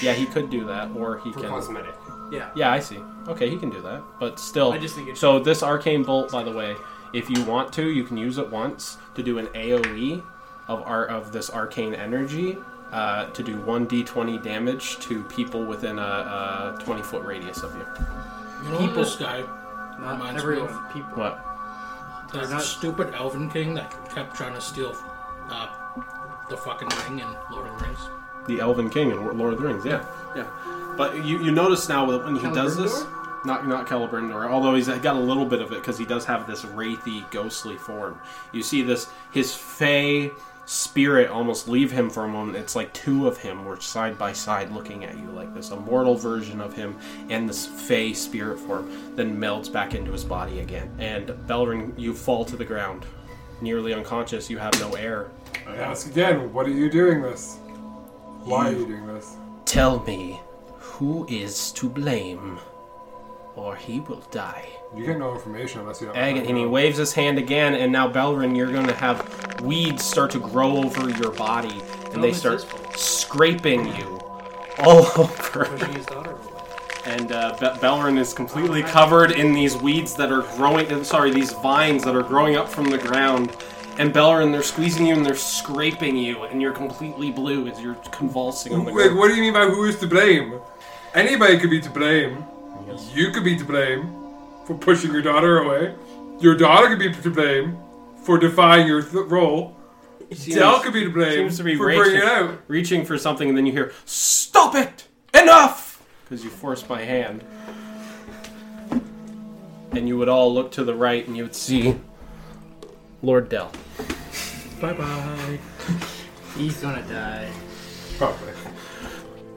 yeah, he could do that, or he
For
can.
cosmetic.
yeah,
Yeah, I see. Okay, he can do that, but still.
I just think it's-
so this arcane bolt, by the way, if you want to, you can use it once to do an AOE of our of this arcane energy uh, to do one d20 damage to people within a, a 20 foot radius of you.
You know people, this guy
not
reminds me
everyone.
of
People.
What?
that
not-
stupid elven king that kept trying to steal uh, the fucking ring in Lord of the Rings.
The Elven King in Lord of the Rings. Yeah, yeah. But you, you notice now that when he does this, not not Celebrimbor, although he's got a little bit of it because he does have this wraithy, ghostly form. You see this his fey spirit almost leave him for a moment. It's like two of him were side by side looking at you like this, a mortal version of him and this fey spirit form, then melds back into his body again. And Belrin, you fall to the ground, nearly unconscious. You have no air.
I ask again, What are you doing this? Why are you doing this?
Tell me who is to blame, or he will die.
You get no information unless you have
Agate, and he waves his hand again, and now Belrin, you're going to have weeds start to grow over your body, and they
it's
start
his fault.
scraping you all over.
Pushing his daughter away.
And uh, Be- Belrin is completely covered in these weeds that are growing. uh, Sorry, these vines that are growing up from the ground. And Belrin, they're squeezing you and they're scraping you, and you're completely blue as you're convulsing on the
Wait,
ground.
what do you mean by who is to blame? Anybody could be to blame. You could be to blame for pushing your daughter away. Your daughter could be to blame for defying your th- role. Dell could be to blame
seems to be
for
reaching,
bringing it out.
reaching for something, and then you hear, "Stop it! Enough!" Because you forced my hand, and you would all look to the right, and you would see Lord Dell.
Bye bye. He's gonna die.
Probably.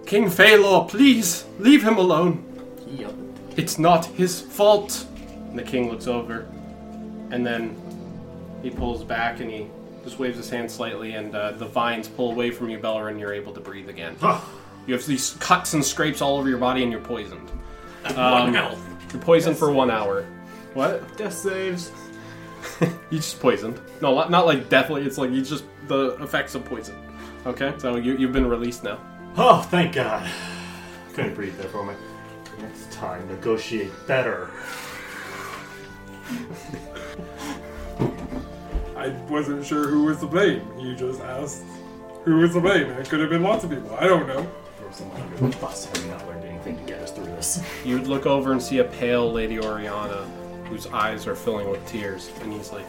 King Phalor, please leave him alone.
He yelled.
It's not his fault. And the king looks over, and then he pulls back and he just waves his hand slightly, and uh, the vines pull away from you, Bellerin. You're able to breathe again. You have these cuts and scrapes all over your body, and you're poisoned. Um,
One health.
You're poisoned for one hour. What?
Death saves.
He's just poisoned. No, not not like deathly. It's like he's just the effects of poison. Okay, so you, you've been released now.
Oh, thank God. Couldn't breathe there for a moment. Next time, negotiate better.
I wasn't sure who was to blame. You just asked who was to blame. It could have been lots of people. I don't know.
Throw someone under the bus. Have we not learned anything to get us through this?
You'd look over and see a pale Lady Oriana whose eyes are filling with tears, and he's like,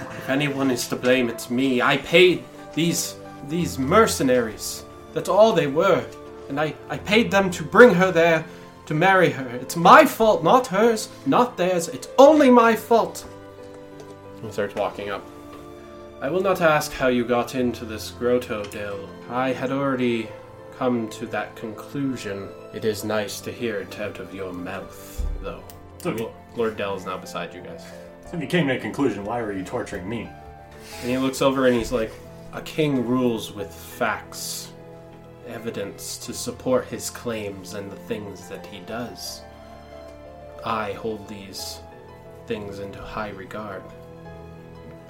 If anyone is to blame, it's me. I paid these these mercenaries. That's all they were. And I, I paid them to bring her there to marry her. It's my fault, not hers, not theirs. It's only my fault. He starts walking up. I will not ask how you got into this grotto, Dell. I had already come to that conclusion. It is nice to hear it out of your mouth, though.
It's okay.
Lord Dell is now beside you guys.
So if you came to a conclusion, why were you torturing me?
And he looks over and he's like, A king rules with facts, evidence to support his claims and the things that he does. I hold these things into high regard.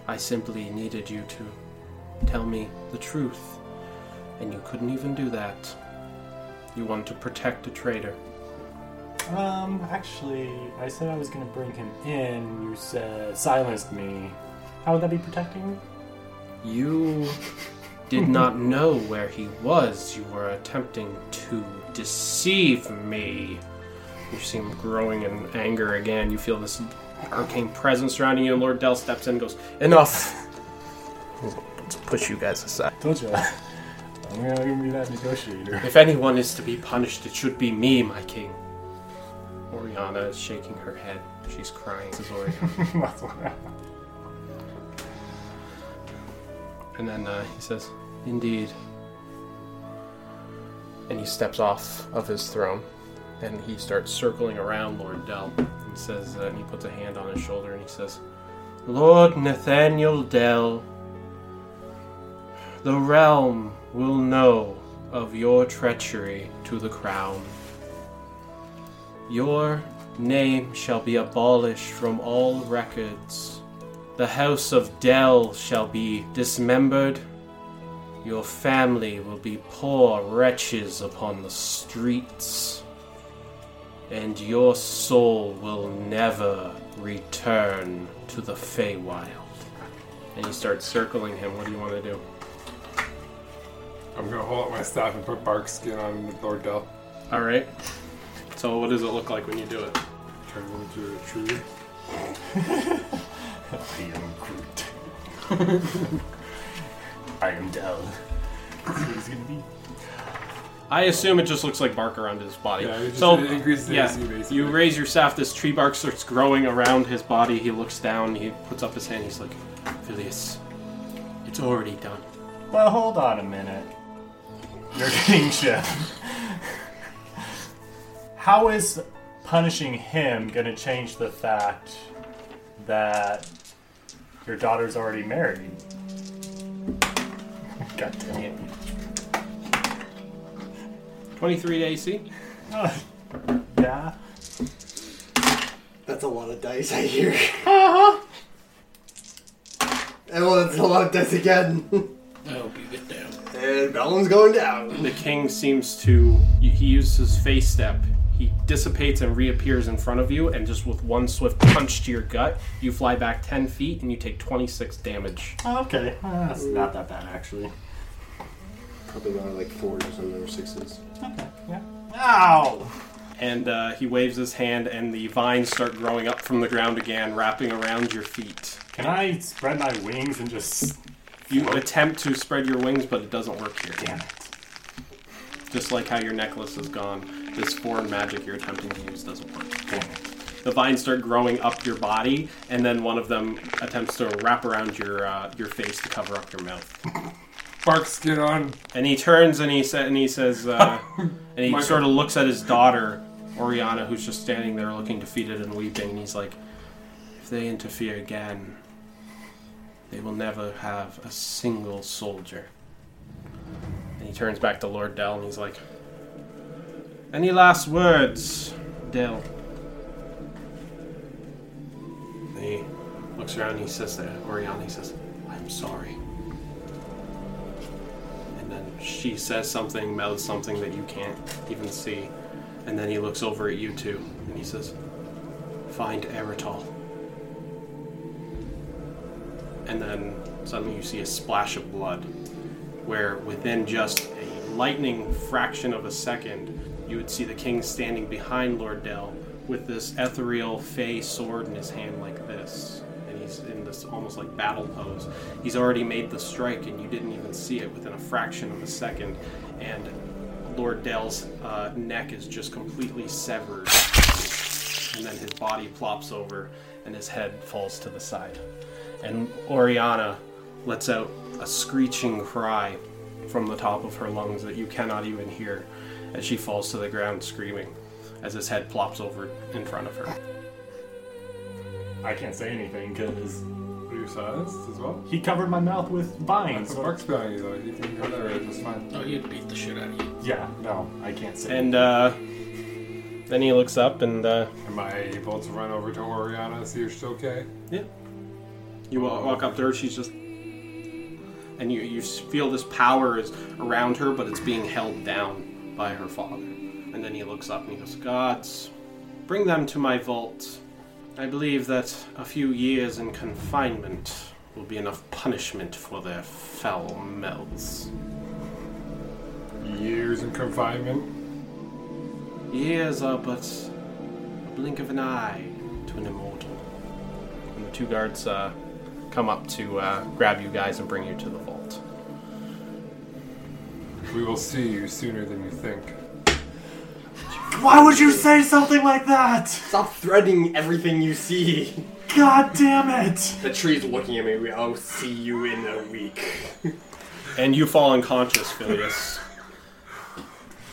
I simply needed you to tell me the truth, and you couldn't even do that. You want to protect a traitor.
Um, actually, I said I was gonna bring him in. You said silenced me. How would that be protecting me?
You did not know where he was. You were attempting to deceive me. You seem growing in anger again. You feel this arcane presence surrounding you, and Lord Dell steps in and goes, Enough! Let's push you guys aside.
Told you. I'm not gonna be that negotiator.
If anyone is to be punished, it should be me, my king. Oriana is shaking her head. She's crying. This is Oriana.
That's what I-
And then uh, he says, Indeed. And he steps off of his throne and he starts circling around Lord Dell. And says, uh, and he puts a hand on his shoulder and he says, Lord Nathaniel Dell, the realm will know of your treachery to the crown. Your name shall be abolished from all records. The house of Dell shall be dismembered. Your family will be poor wretches upon the streets. And your soul will never return to the Feywild. And he starts circling him. What do you want to do?
I'm gonna hold up my staff and put bark skin on Lord Dell.
All right. So, what does it look like when you do it?
Turn him into a tree.
I am Groot. I am Dell. He's gonna be.
I assume it just looks like bark around his body.
Yeah, it just-
so
it increases the
yeah,
AC basically.
you raise your staff. This tree bark starts growing around his body. He looks down. He puts up his hand. He's like, "Phileas, it's already done."
Well, hold on a minute. Your kingship. How is punishing him gonna change the fact that your daughter's already married? God damn it.
Twenty-three to AC.
Yeah.
That's a lot of dice I hear. and well, that's a lot of dice again.
I hope you get down.
and Bellum's going down.
The king seems to. He uses his face step. He dissipates and reappears in front of you, and just with one swift punch to your gut, you fly back ten feet and you take twenty-six damage.
Okay. Uh, That's not that bad, actually.
Probably one of like fours or something or sixes.
Okay. Yeah. Ow!
and uh, he waves his hand, and the vines start growing up from the ground again, wrapping around your feet.
Can I spread my wings and just.
You attempt to spread your wings, but it doesn't work here.
Damn it.
Just like how your necklace is gone, this foreign magic you're attempting to use doesn't work.
Damn it.
The vines start growing up your body, and then one of them attempts to wrap around your uh, your face to cover up your mouth.
Bark skin on.
And he turns and he sa- and he says, uh, and he
Michael.
sort of looks at his daughter, Oriana, who's just standing there looking defeated and weeping, and he's like, If they interfere again, they will never have a single soldier. And he turns back to Lord Dell and he's like, Any last words, Dell? And he looks around and he says to Oriana, he says, I'm sorry. And then she says something, mouths something that you can't even see. And then he looks over at you two and he says, Find Eritol. And then suddenly you see a splash of blood where within just a lightning fraction of a second, you would see the king standing behind Lord Dell with this ethereal fey sword in his hand like this. And he's in this almost like battle pose. He's already made the strike and you didn't even see it within a fraction of a second. And Lord Dell's uh, neck is just completely severed. And then his body plops over and his head falls to the side and Oriana lets out a screeching cry from the top of her lungs that you cannot even hear as she falls to the ground screaming as his head plops over in front of her.
I can't say anything because
Are you silenced as well?
he covered my mouth with vines.
That's what Mark's behind you, though. He can go there just fine.
Oh, you'd beat the shit out of you.
Yeah, no, I can't say.
And uh, then he looks up and uh,
Am I able to run over to Oriana and see if she's okay?
yeah, you wa- walk up to her. She's just and you you s- feel this power is around her, but it's being held down by her father. And then he looks up and he goes, "Gods, bring them to my vault." I believe that a few years in confinement will be enough punishment for their foul mouths.
Years in confinement.
Years are but a blink of an eye to an immortal. And the two guards uh, come up to uh, grab you guys and bring you to the vault.
We will see you sooner than you think.
Why would you say something like that?
Stop threading everything you see.
God damn it!
The tree's looking at me. We- I'll see you in a week.
And you fall unconscious, Phileas.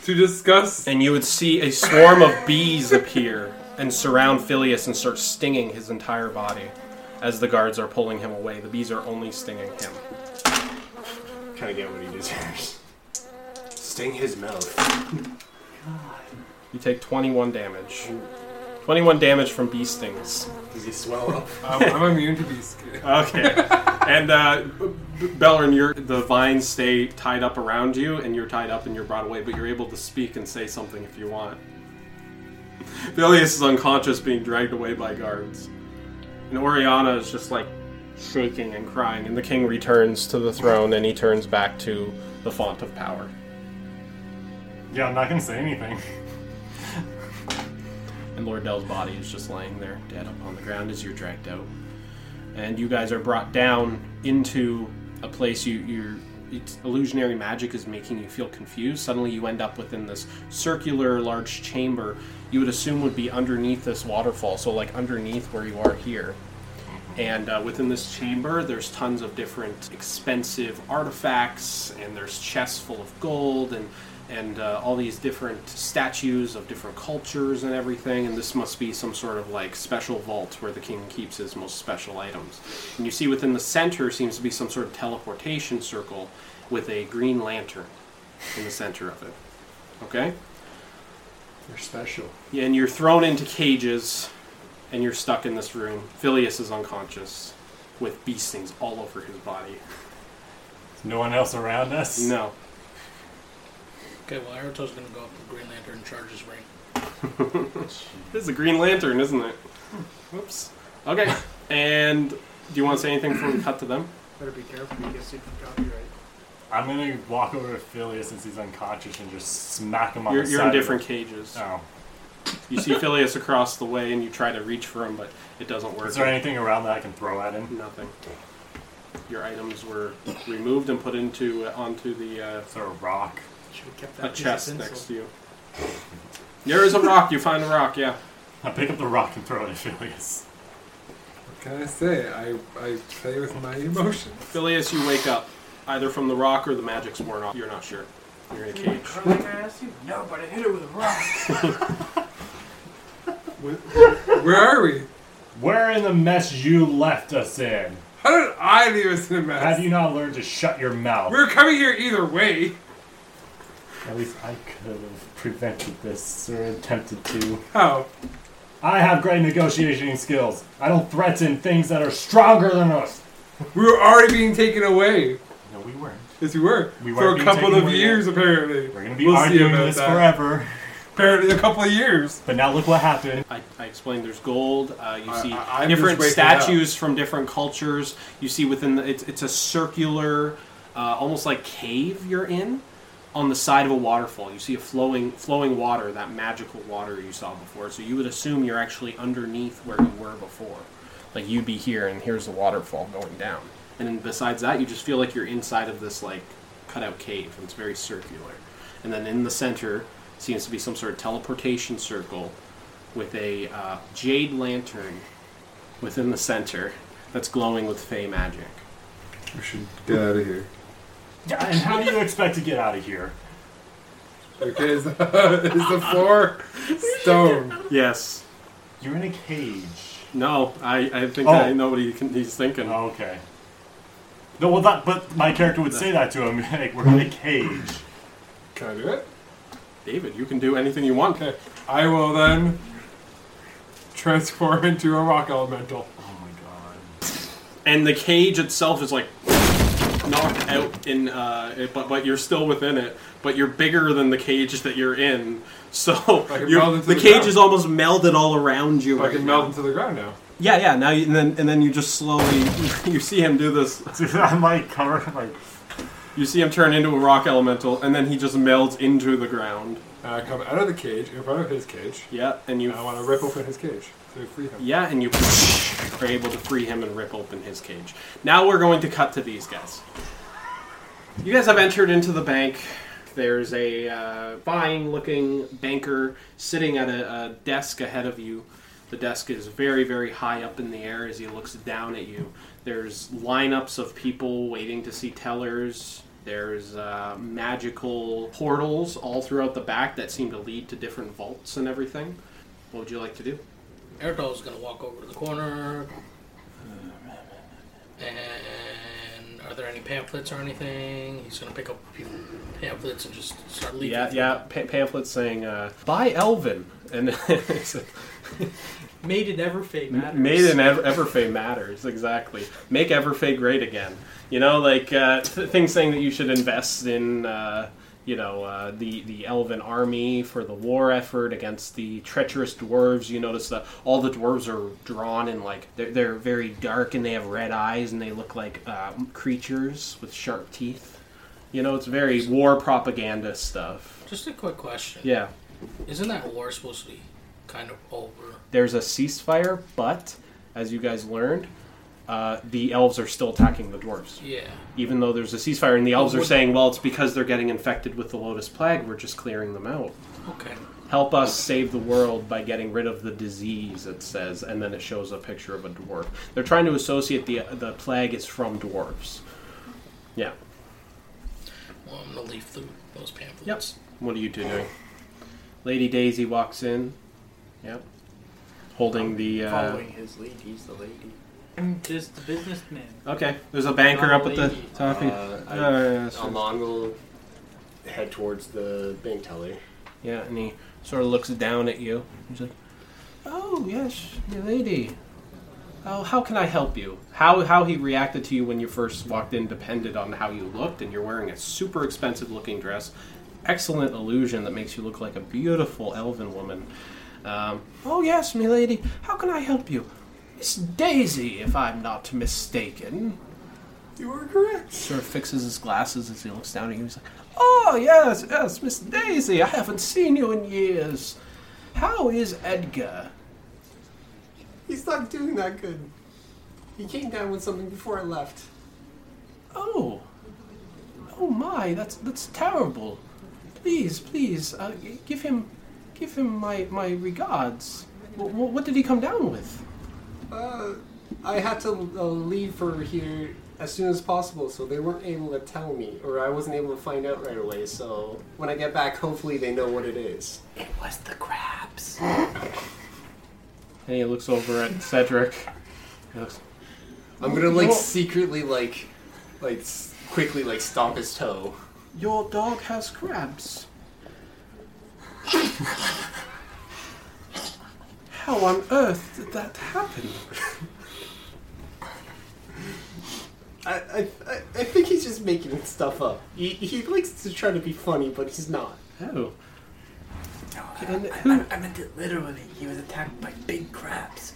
To discuss.
and you would see a swarm of bees appear and surround Phileas and start stinging his entire body as the guards are pulling him away. The bees are only stinging him.
Kind of get what he deserves. Sting his mouth.
You take 21 damage. 21 damage from bee stings.
Does he swell up?
Um, I'm immune to these.
Okay. and uh, B- B- Bellerin, you're, the vines stay tied up around you, and you're tied up and you're brought away, but you're able to speak and say something if you want. Phileas is unconscious, being dragged away by guards. And Oriana is just like shaking and crying, and the king returns to the throne and he turns back to the font of power.
Yeah, I'm not gonna say anything.
And Lord Dell's body is just laying there, dead up on the ground as you're dragged out. And you guys are brought down into a place you your it's illusionary magic is making you feel confused. Suddenly you end up within this circular large chamber you would assume would be underneath this waterfall, so like underneath where you are here. And uh, within this chamber, there's tons of different expensive artifacts, and there's chests full of gold, and and uh, all these different statues of different cultures and everything. And this must be some sort of like special vault where the king keeps his most special items. And you see within the center seems to be some sort of teleportation circle with a green lantern in the center of it. Okay.
You're special.
Yeah, and you're thrown into cages and you're stuck in this room. Phileas is unconscious with bee stings all over his body.
There's no one else around us.
No.
Okay, well, Aruto's gonna go up to Green Lantern and charge his ring.
This is a Green Lantern, isn't it? Whoops. Okay. And do you want to say anything before we cut to them?
Better be careful. You get sued for copyright.
I'm gonna walk over to Phileas since he's unconscious and just smack him on
You're,
the
you're
side.
in
with-
different cages.
Oh.
You see Phileas across the way and you try to reach for him, but it doesn't work.
Is there anything around that I can throw at him?
Nothing. Your items were removed and put into onto the uh,
Is there a rock?
Should have kept that
a
piece of
chest
pencil.
next to you. There is a rock. You find a rock. Yeah.
I pick up the rock and throw it at Phileas.
What can I say? I, I play with my emotions.
Phileas, you wake up, either from the rock or the magic's worn off. You're not sure. You're in a cage.
Curling ass, you? No, but I hit it with a rock.
Where are we?
Where in the mess you left us in?
How did I leave us in a mess?
Have you not learned to shut your mouth?
We're coming here either way.
At least I could have prevented this or attempted to.
How?
I have great negotiating skills. I don't threaten things that are stronger than us.
We were already being taken away.
No, we weren't.
Yes, we were.
We
For
weren't
a
being
couple
taken
of
away
years, apparently.
We're gonna be
We'll see
arguing
about
this
that.
forever.
Apparently, a couple of years.
But now look what happened.
I, I explained there's gold. Uh, you
I-
see
I- I'm
different
just waking up.
statues from different cultures. You see within the, it's, it's a circular, uh, almost like cave you're in on the side of a waterfall. You see a flowing flowing water, that magical water you saw before. So you would assume you're actually underneath where you were before. Like you'd be here, and here's the waterfall going down. And then besides that, you just feel like you're inside of this like cutout cave, and it's very circular. And then in the center seems to be some sort of teleportation circle with a uh, jade lantern within the center that's glowing with fey magic.
We should get out of here.
And how do you expect to get out of here?
Okay, is the, is the floor stone?
Yes.
You're in a cage.
No, I, I think
Oh.
I know what he can, he's thinking.
Okay. No, well, that, but my character would say that to him. Like, we're in a cage.
Can I do it?
David, you can do anything you want.
Okay. I will then transform into a rock elemental.
Oh my god.
And the cage itself is like knocked out in, uh, it- but but you're still within it. But you're bigger than the cage that you're in, so
I can
you're, the,
meld into the
cage
ground.
is almost melded all around you.
I
right
can
now.
melt into the ground now.
Yeah, yeah. Now you, and then and then you just slowly you see him do this
Dude, I'm like covered. Like,
You see him turn into a rock elemental, and then he just melds into the ground.
And I come out of the cage, in front of his cage.
Yeah, and you.
And I want to rip open his cage to free him.
Yeah, and you are able to free him and rip open his cage. Now we're going to cut to these guys. You guys have entered into the bank. There's a uh, fine-looking banker sitting at a, a desk ahead of you. The desk is very, very high up in the air as he looks down at you. There's lineups of people waiting to see tellers. There's uh, magical portals all throughout the back that seem to lead to different vaults and everything. What would you like to do?
Ertol's gonna walk over to the corner. And are there any pamphlets or anything? He's gonna pick up a few pamphlets and just start leafing.
Yeah,
through
yeah. Pa- pamphlets saying uh, "Buy Elvin" and it's,
Made it ever fate matters.
"Made in Ever- Everfey matters." Exactly. Make Everfey great again. You know, like uh, th- things saying that you should invest in, uh, you know, uh, the the Elven army for the war effort against the treacherous dwarves. You notice that all the dwarves are drawn in like they're, they're very dark and they have red eyes and they look like uh, creatures with sharp teeth. You know, it's very war propaganda stuff.
Just a quick question.
Yeah.
Isn't that war supposed to be kind of over?
there's a ceasefire, but as you guys learned, uh, the elves are still attacking the dwarves.
Yeah.
Even though there's a ceasefire, and the elves are saying, well, it's because they're getting infected with the Lotus Plague, we're just clearing them out.
Okay.
Help us save the world by getting rid of the disease, it says, and then it shows a picture of a dwarf. They're trying to associate the, the plague is from dwarves. Yeah.
Well, I'm gonna leaf through those pamphlets.
What are you two doing? Lady Daisy walks in. Yep. Holding the. Uh,
Following his lead, he's the lady.
I'm just a businessman.
okay, there's a banker up at the
Lady.
top. of-
Uh, I-
Yeah, yeah, yeah, sure.
Almond will head towards the bank teller.
Yeah, and he sort of looks down at you. He's like, "Oh yes, my lady. Oh, how can I help you?" How how he reacted to you when you first walked in depended on how you looked, and you're wearing a super expensive looking dress, excellent illusion that makes you look like a beautiful elven woman. Um, oh yes, my lady. How can I help you? Miss Daisy, if I'm not mistaken.
You are correct.
Sort of fixes his glasses as he looks down at you. He's like, Oh, yes, yes, Miss Daisy, I haven't seen you in years. How is Edgar?
He's not doing that good. He came down with something before I left.
Oh, oh my, that's that's terrible. Please, please, uh, g- give him, give him my my regards. W- what did he come down with?
Uh, I had to uh, leave for here as soon as possible, so they weren't able to tell me, or I wasn't able to find out right away. So when I get back, hopefully they know what it is.
It was the crabs.
and he looks over at Cedric. He looks,
I'm gonna like secretly like like s- quickly like stomp his toe.
Your dog has crabs. How on earth did that happen?
I I, I- I think he's just making stuff up. He, he likes to try to be funny, but he's not.
Oh,
I, I, I meant it literally. He was attacked by big crabs.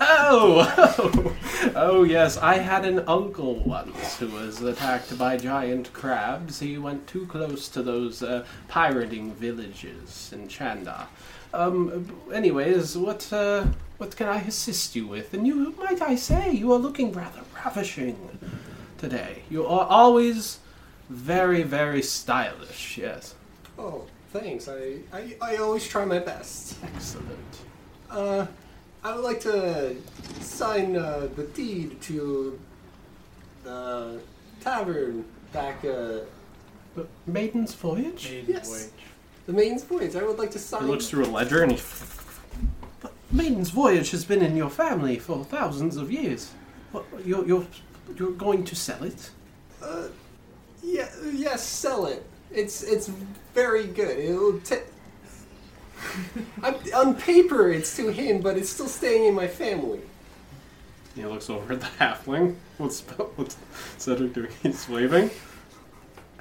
oh, oh, oh yes. I had an uncle once who was attacked by giant crabs. He went too close to those uh, pirating villages in Chanda. Um. Anyways, what uh, what can I assist you with? And you might I say you are looking rather ravishing today. You are always very very stylish. Yes.
Oh, thanks. I I, I always try my best.
Excellent.
Uh, I would like to sign uh, the deed to the tavern back uh,
But Maiden's Voyage?
Made
Yes.
voyage.
the main's voyage. I would like to sign.
He looks through a ledger and he. But Maiden's Voyage has been in your family for thousands of years. What, you're, you're, you're going to sell it?
Yeah, yes, sell it. It's it's very good. It'll. T- on, on paper, it's to him, but it's still staying in my family.
He looks over at the halfling. What's, what's Cedric doing? He's waving.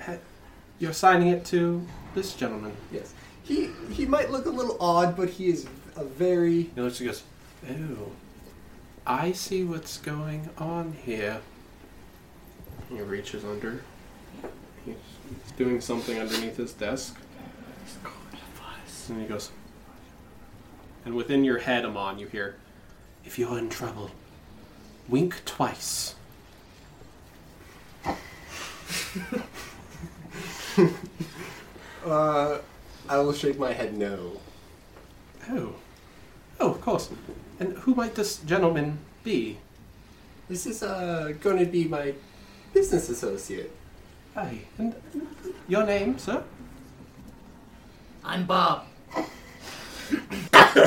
Uh, You're signing it to this gentleman.
Yes, he he might look a little odd, but he is a very
He looks and goes, Oh, I see what's going on here. He reaches under. He's he's doing something underneath his desk. And he goes, And within your head, Amon, you hear, If you're in trouble, wink twice.
Uh, I will shake my head no.
Oh. Oh, of course. And who might this gentleman be?
This is uh going to be my business associate.
Hi. And your name, sir?
I'm Bob.
I'm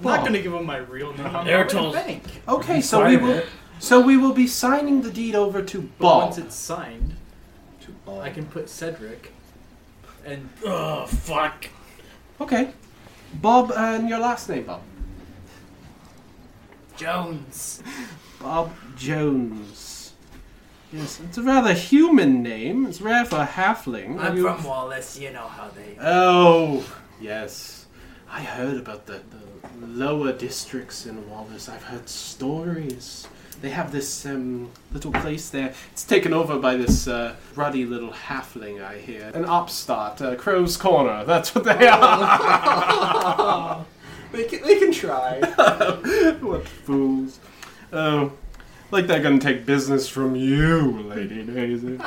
not gonna give him my real name.
Airtel's
Bank.
Okay, so we will. So we will be signing the deed over to
But
Bob.
once it's signed, I can put Cedric. And
Oh fuck.
Okay. Bob and your last name, Bob.
Jones.
Bob Jones. Yes, it's a rather human name. It's rare for a halfling.
I'm
You-
from Wallace. You know how they.
Oh, yes. I heard about the, the lower districts in Wallace. I've heard stories. They have this um, little place there. It's taken over by this uh, ruddy little halfling, I hear. An upstart, uh, Crow's Corner. That's what they are.
They can, they can try.
what fools. Oh, like they're going to take business from you, Lady Daisy.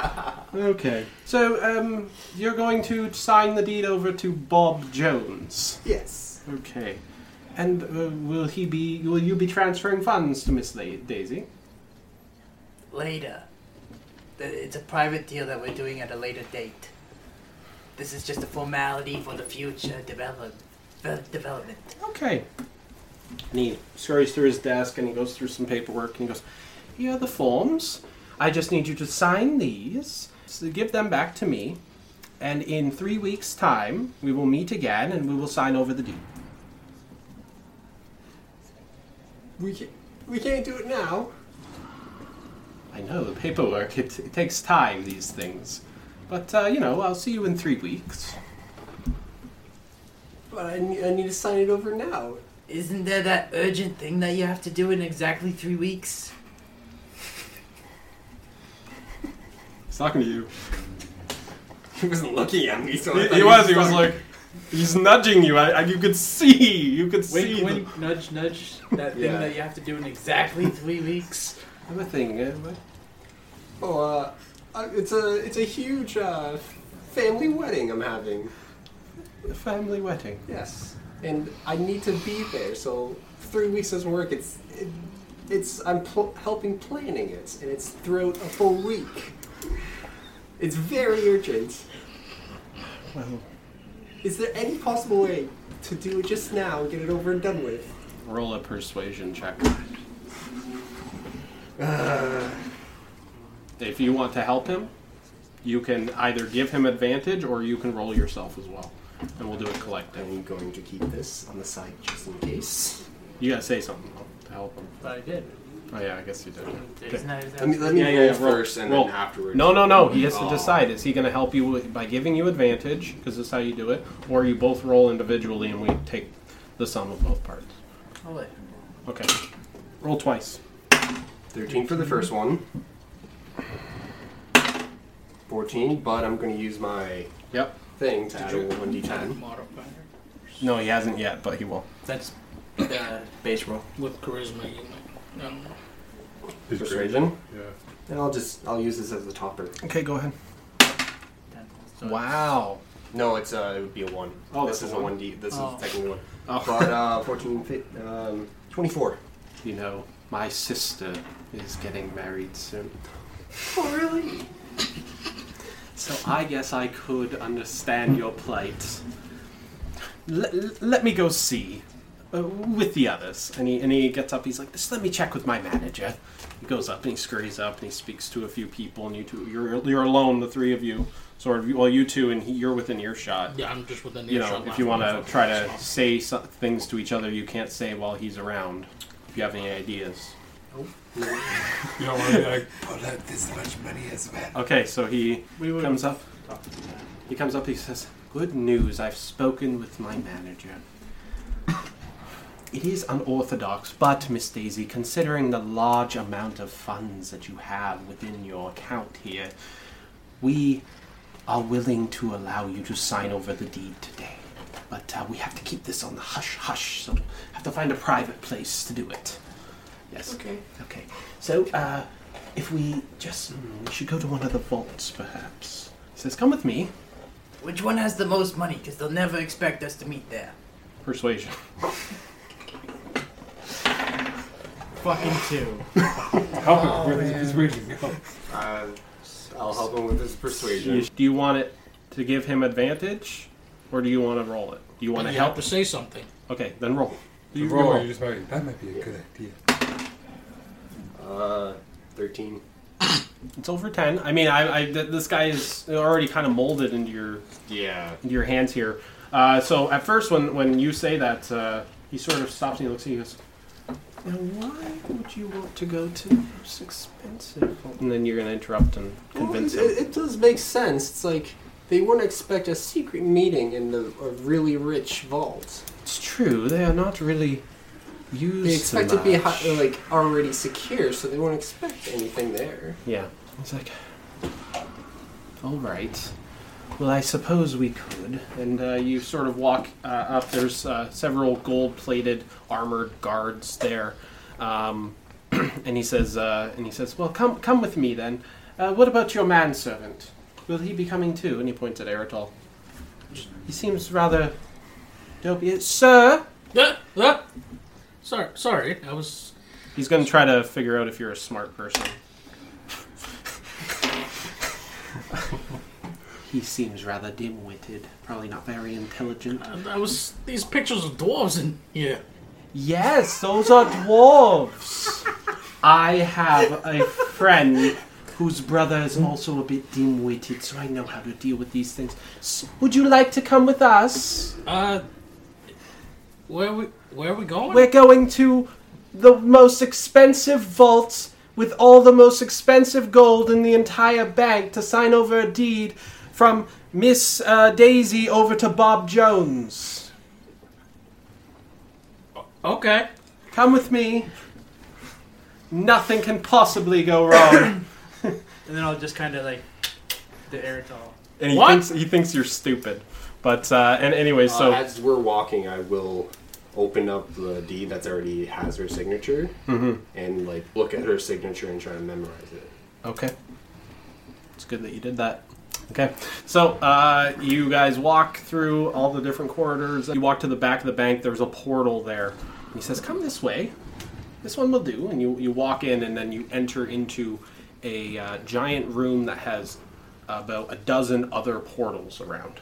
okay. So, um, you're going to sign the deed over to Bob Jones.
yes.
Okay. And uh, will he be? Will you be transferring funds to Miss La- Daisy?
Later. Th- It's a private deal that we're doing at a later date. This is just a formality for the future develop, ve- development.
Okay. And he scurries through his desk and he goes through some paperwork and he goes, "Here are the forms. I just need you to sign these. So give them back to me, and in three weeks' time we will meet again and we will sign over the deed."
We can we can't do it now.
I know the paperwork. It, it takes time. These things. But uh, you know, I'll see you in three weeks.
But I, ne- I need to sign it over now.
Isn't there that urgent thing that you have to do in exactly three weeks?
He's talking to you.
He wasn't looking at me, so Oh, I
He,
thought
he was. He was
talking-
like, he's nudging you. I, I, you could see. You could see.
wink,
the-
wink, nudge, nudge. That thing
Yeah.
that you have to do in exactly three weeks.
Another thing. Uh, what-
"Oh, uh, uh, it's a it's a huge uh, family wedding I'm having.
a family wedding.
Yes, and I need to be there. So three weeks doesn't work. It's it, it's I'm pl- helping planning it, and it's throughout a full week. It's very urgent.
Well,
Is there any possible way to do it just now and get it over and done with?
Roll a persuasion check.
Uh.
If you want to help him, you can either give him advantage or you can roll yourself as well. And we'll do it collective.
I'm going to keep this on the side just in case.
You gotta say something though, to help him.
But I did.
Oh yeah, I guess you did.
Isn't that- is that-
Let me, let me
Yeah, yeah,
roll
yeah, roll.
first and
Roll.
then afterwards.
No, no, no. He has to
Oh.
decide. Is he going to help you with- by giving you advantage because that's how you do it, or you both roll individually and we take the sum of both parts?
I'll let him
Okay. Roll twice.
13 for the first one. 14, but I'm going to use my
Yep.
thing to add a 1d10.
Modifier.
No, he hasn't yet, but he will.
That's
Yeah,
base roll.
with charisma, you might. I don't know. Um,
Persuasion.
Yeah.
And I'll just, I'll use this as a topper.
Okay, go ahead.
down. So
Wow.
No, it's uh, it would be a 1.
Oh,
this
it's a
is a
one.
1d, this
Oh.
is technically 1.
Oh.
But uh, 14, fi- um, 24.
You know, my sister is getting married soon.
Oh, really?
So I guess I could understand your plight. L- l- let me go see uh, with the others. And he, and he gets up. He's like, just let me check with my manager. He goes up and he scurries up and he speaks to a few people. And you two, you're you're alone, the three of you. Sort of, well, you two, and he, you're within earshot.
Yeah, I'm just within the
You
earshot
know, if
line
you
of
want
my
to
phone,
try to
so.
say some things to each other, you can't say while he's around. If you have any ideas.
You don't want to be like,
Pull out this much money as well.
Okay, so he
We would
comes up. He comes up. He says, "Good news. I've spoken with my manager. It is unorthodox, but Miss Daisy, considering the large amount of funds that you have within your account here, we are willing to allow you to sign over the deed today. But uh, we have to keep this on the hush hush. So have to find a private place to do it. Yes.
Okay.
Okay. So, uh, if we just mm, we should go to one of the vaults, perhaps. He says, "Come with me."
Which one has the most money? Because they'll never expect us to meet there.
Persuasion.
fucking two.
help him with his persuasion.
Uh, I'll help him with his persuasion.
Do you want it to give him advantage, or do you want to roll it? Do you want to
You have
help?
to say something.
Okay, then roll.
You roll. You just might. That might be a good idea.
Uh, 13.
It's over ten. I mean, I, I th- this guy is already kind of molded into your
Yeah.
into your hands here. Uh, so at first, when when you say that, uh, he sort of stops and he looks at you and goes, "Now, why would you want to go to the most expensive?" vault?" And then you're going to interrupt and convince
Well, it,
him.
It, it does make sense. It's like they wouldn't expect a secret meeting in the, a really rich vault.
It's true. They are not really used.
They expect
to
it to be uh,
much.
hi- like already secure, so they wouldn't expect anything there.
Yeah. It's like, all right. Well, I suppose we could. And uh, you sort of walk uh, up. There's uh, several gold-plated armored guards there, um, and he says, uh, and he says, "Well, come, come with me then. Uh, what about your manservant? Will he be coming too?" And he points at Eritol. He seems rather dopey, sir.
Ah, ah. Sorry, sorry. I was.
He's going to try to figure out if you're a smart person. he seems rather dim-witted, probably not very intelligent.
I was. These pictures of dwarves in here.
Yes, those are dwarves. I have a friend whose brother is also a bit dim-witted, so I know how to deal with these things. S- Would you like to come with us?
Uh, where we where are we going?
We're going to the most expensive vault with all the most expensive gold in the entire bank to sign over a deed from Miss uh, Daisy over to Bob Jones.
Okay.
Come with me. Nothing can possibly go wrong.
And then I'll just kind of like the Eritol.
and he
What?
thinks he thinks you're stupid. But uh, and anyway,
Uh,
so
as we're walking, I will open up the deed that's already has her signature and like look at her signature and try to memorize it.
Okay. It's good that you did that. Okay. So, uh, you guys walk through all the different corridors. You walk to the back of the bank. There's a portal there. And he says, Come this way. This one will do. And you, you walk in, and then you enter into a uh, giant room that has about a dozen other portals around,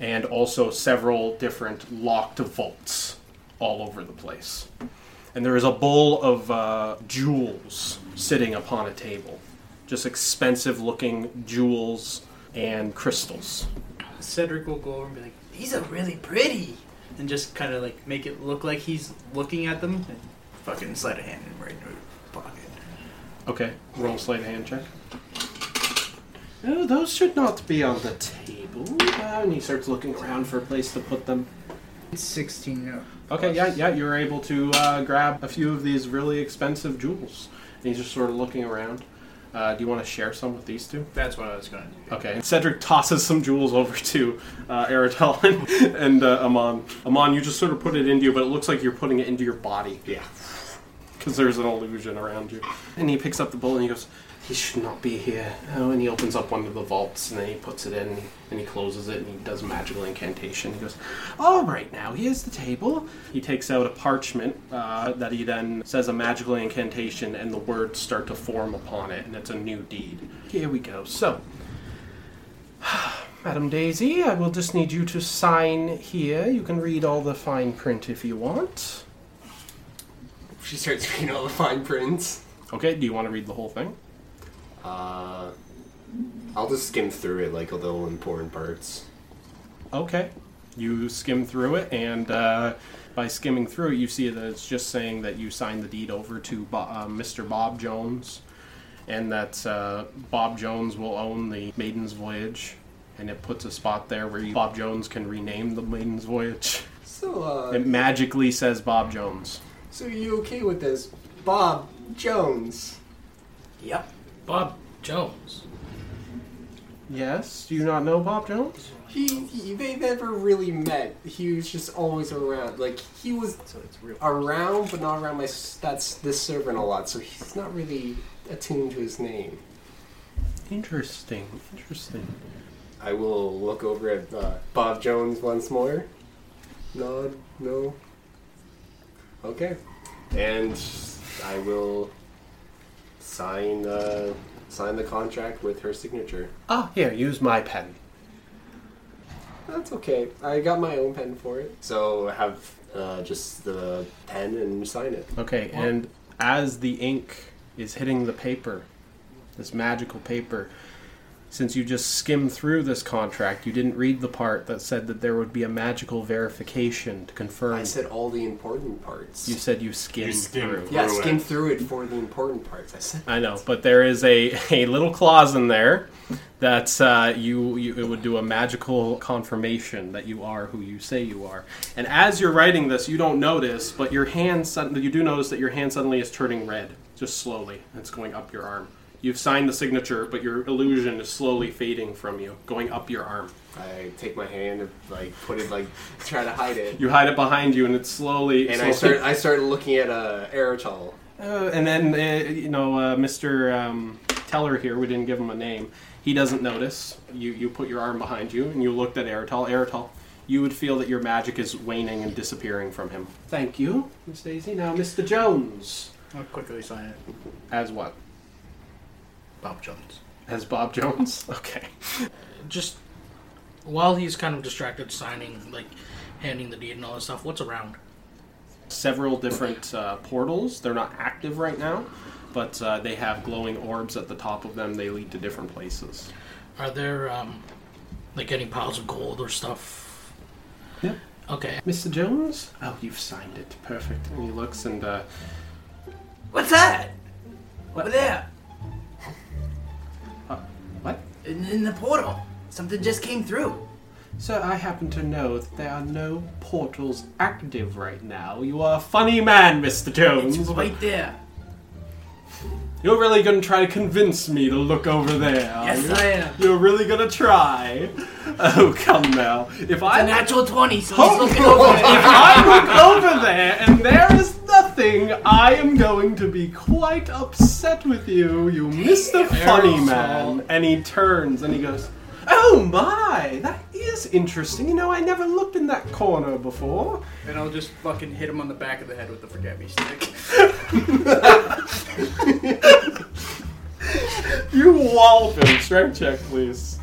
and also several different locked vaults all over the place. And there is a bowl of uh, jewels sitting upon a table. Just expensive looking jewels and crystals.
Cedric will go over and be like, "These are really pretty," and just kind of like make it look like he's looking at them. And fucking slide a hand in right into his pocket.
Okay, roll slate hand check. No, those should not be on the table. Uh, and he starts looking around for a place to put them.
It's sixteen now.
Okay, yeah, yeah, you're able to uh, grab a few of these really expensive jewels. And he's just sort of looking around. Uh, do you want to share some with these two?
That's what I was gonna do.
Okay. Cedric tosses some jewels over to uh, Aratel and, and uh, Amon. Amon, you just sort of put it into you, but it looks like you're putting it into your body. Yeah. Because there's an illusion around you. And he picks up the bowl and he goes, He should not be here. Oh, and he opens up one of the vaults and then he puts it in and he closes it and he does a magical incantation. He goes, All right, now here's the table. He takes out a parchment uh, that he then says a magical incantation and the words start to form upon it and it's a new deed. Here we go. So, Madam Daisy, I will just need you to sign here. You can read all the fine print if you want.
She starts reading all the fine prints.
Okay, do you want to read the whole thing?
Uh, I'll just skim through it like all the important parts.
Okay. You skim through it, and uh, by skimming through it, you see that it's just saying that you signed the deed over to Bo- uh, Mr. Bob Jones, and that uh, Bob Jones will own the Maiden's Voyage, and it puts a spot there where you, Bob Jones can rename the Maiden's Voyage.
So, uh,
It magically says Bob Jones.
so you okay with this, Bob Jones?
Yep.
Bob Jones.
Yes? Do you not know Bob Jones?
He, he they never really met. He was just always around. Like he was
So it's real.
around, but not around my s- that's this servant a lot. So he's not really attuned to his name.
Interesting. Interesting.
I will look over at uh, Bob Jones once more. Nod, no. Okay. And I will sign uh, sign the contract with her signature.
Ah, here, use my pen.
That's okay. I got my own pen for it. So have uh, just the pen and sign it.
Okay, and as the ink is hitting the paper, this magical paper, since you just skimmed through this contract, you didn't read the part that said that there would be a magical verification to confirm.
I said all the important parts.
you said you skimmed
You skimmed
through.
yeah,
through
skim
it.
through it for the important parts. I said
I know, but there is a, a little clause in there that uh, you, you it would do a magical confirmation that you are who you say you are. And as you're writing this, you don't notice, but your hand suddenly you do notice that your hand suddenly is turning red, just slowly. It's going up your arm. You've signed the signature, but your illusion is slowly fading from you, going up your arm.
I take my hand and like put it like try to hide it.
You hide it behind you, and it's slowly.
And I
slowly-
start I started looking at uh, Aerotol.
Uh, and then, uh, you know, uh, Mr. Um, Teller here, we didn't give him a name, he doesn't notice. You, you put your arm behind you and you looked at Aerotol. Aerotol, you would feel that your magic is waning and disappearing from him. Thank you, Miss Daisy. Now, Mr. Jones.
I'll quickly sign it.
As what?
Bob Jones.
As Bob Jones? Okay.
Just while he's kind of distracted signing, like handing the deed and all that stuff, what's around?
Several different uh, portals. They're not active right now, but uh, they have glowing orbs at the top of them. They lead to different places.
Are there um, like any piles of gold or stuff?
Yeah.
Okay.
Mr. Jones? Oh, you've signed it. Perfect. And he looks and uh,
What's that? Over there,
what?
in, in the portal, something just came through.
Sir, I happen to know that there are no portals active right now. You are a funny man, Mr. Jones.
It's right there.
You're really gonna try to convince me to look over there. are
Yes,
you?
I am. It's
You're really gonna try. Oh, come now. If I
a natural twenty, so
Oh,
he's looking over
if
it.
I look over there and there is nothing, I am going to be quite upset with you, you Mr. Funny Man. And he turns and he goes, Oh my, that is interesting. You know, I never looked in that corner before.
And I'll just fucking hit him on the back of the head with the forget me stick.
You wallop him. Strength check, please.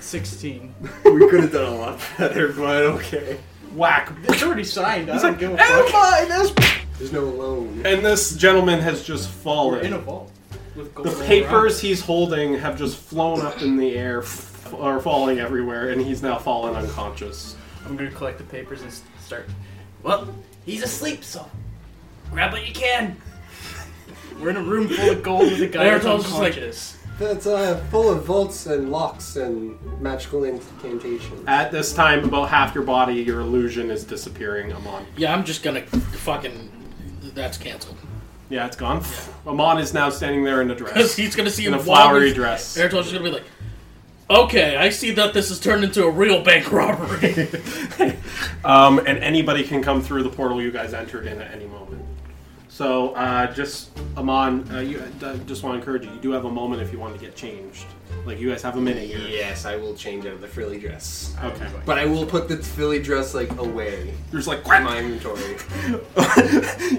Sixteen.
We could have done a lot better, but okay.
whack. It's already signed. I don't give a
Never
fuck.
mind, there's-
There's no loan.
And this gentleman has just fallen.
We're in a vault with gold.
The
all
papers he's holding have just flown up in the air, f- are falling everywhere, and he's now fallen unconscious.
I'm gonna collect the papers and s- start. Well, he's asleep, so grab what you can.
around. We're in a room full of gold with a guy
They're
that's
all just like-
unconscious.
That's uh, full of vaults and locks and magical incantations.
At this time, about half your body, your illusion is disappearing, Amon.
Yeah, I'm just gonna fucking. That's canceled.
Yeah, it's gone. Amon is now standing there in a dress.
Because he's gonna see
in a
him
flowery
wobbling-
dress.
Airtel's just gonna be like, okay, I see that this has turned into a real bank robbery.
Um, and anybody can come through the portal you guys entered in at any moment. So, uh, just Amon, uh, you, I just want to encourage you. You do have a moment if you want to get changed. Like you guys have a minute here.
Yes, I will change out of the frilly dress.
Okay.
But I will put the frilly dress like away
You're just like
in my inventory.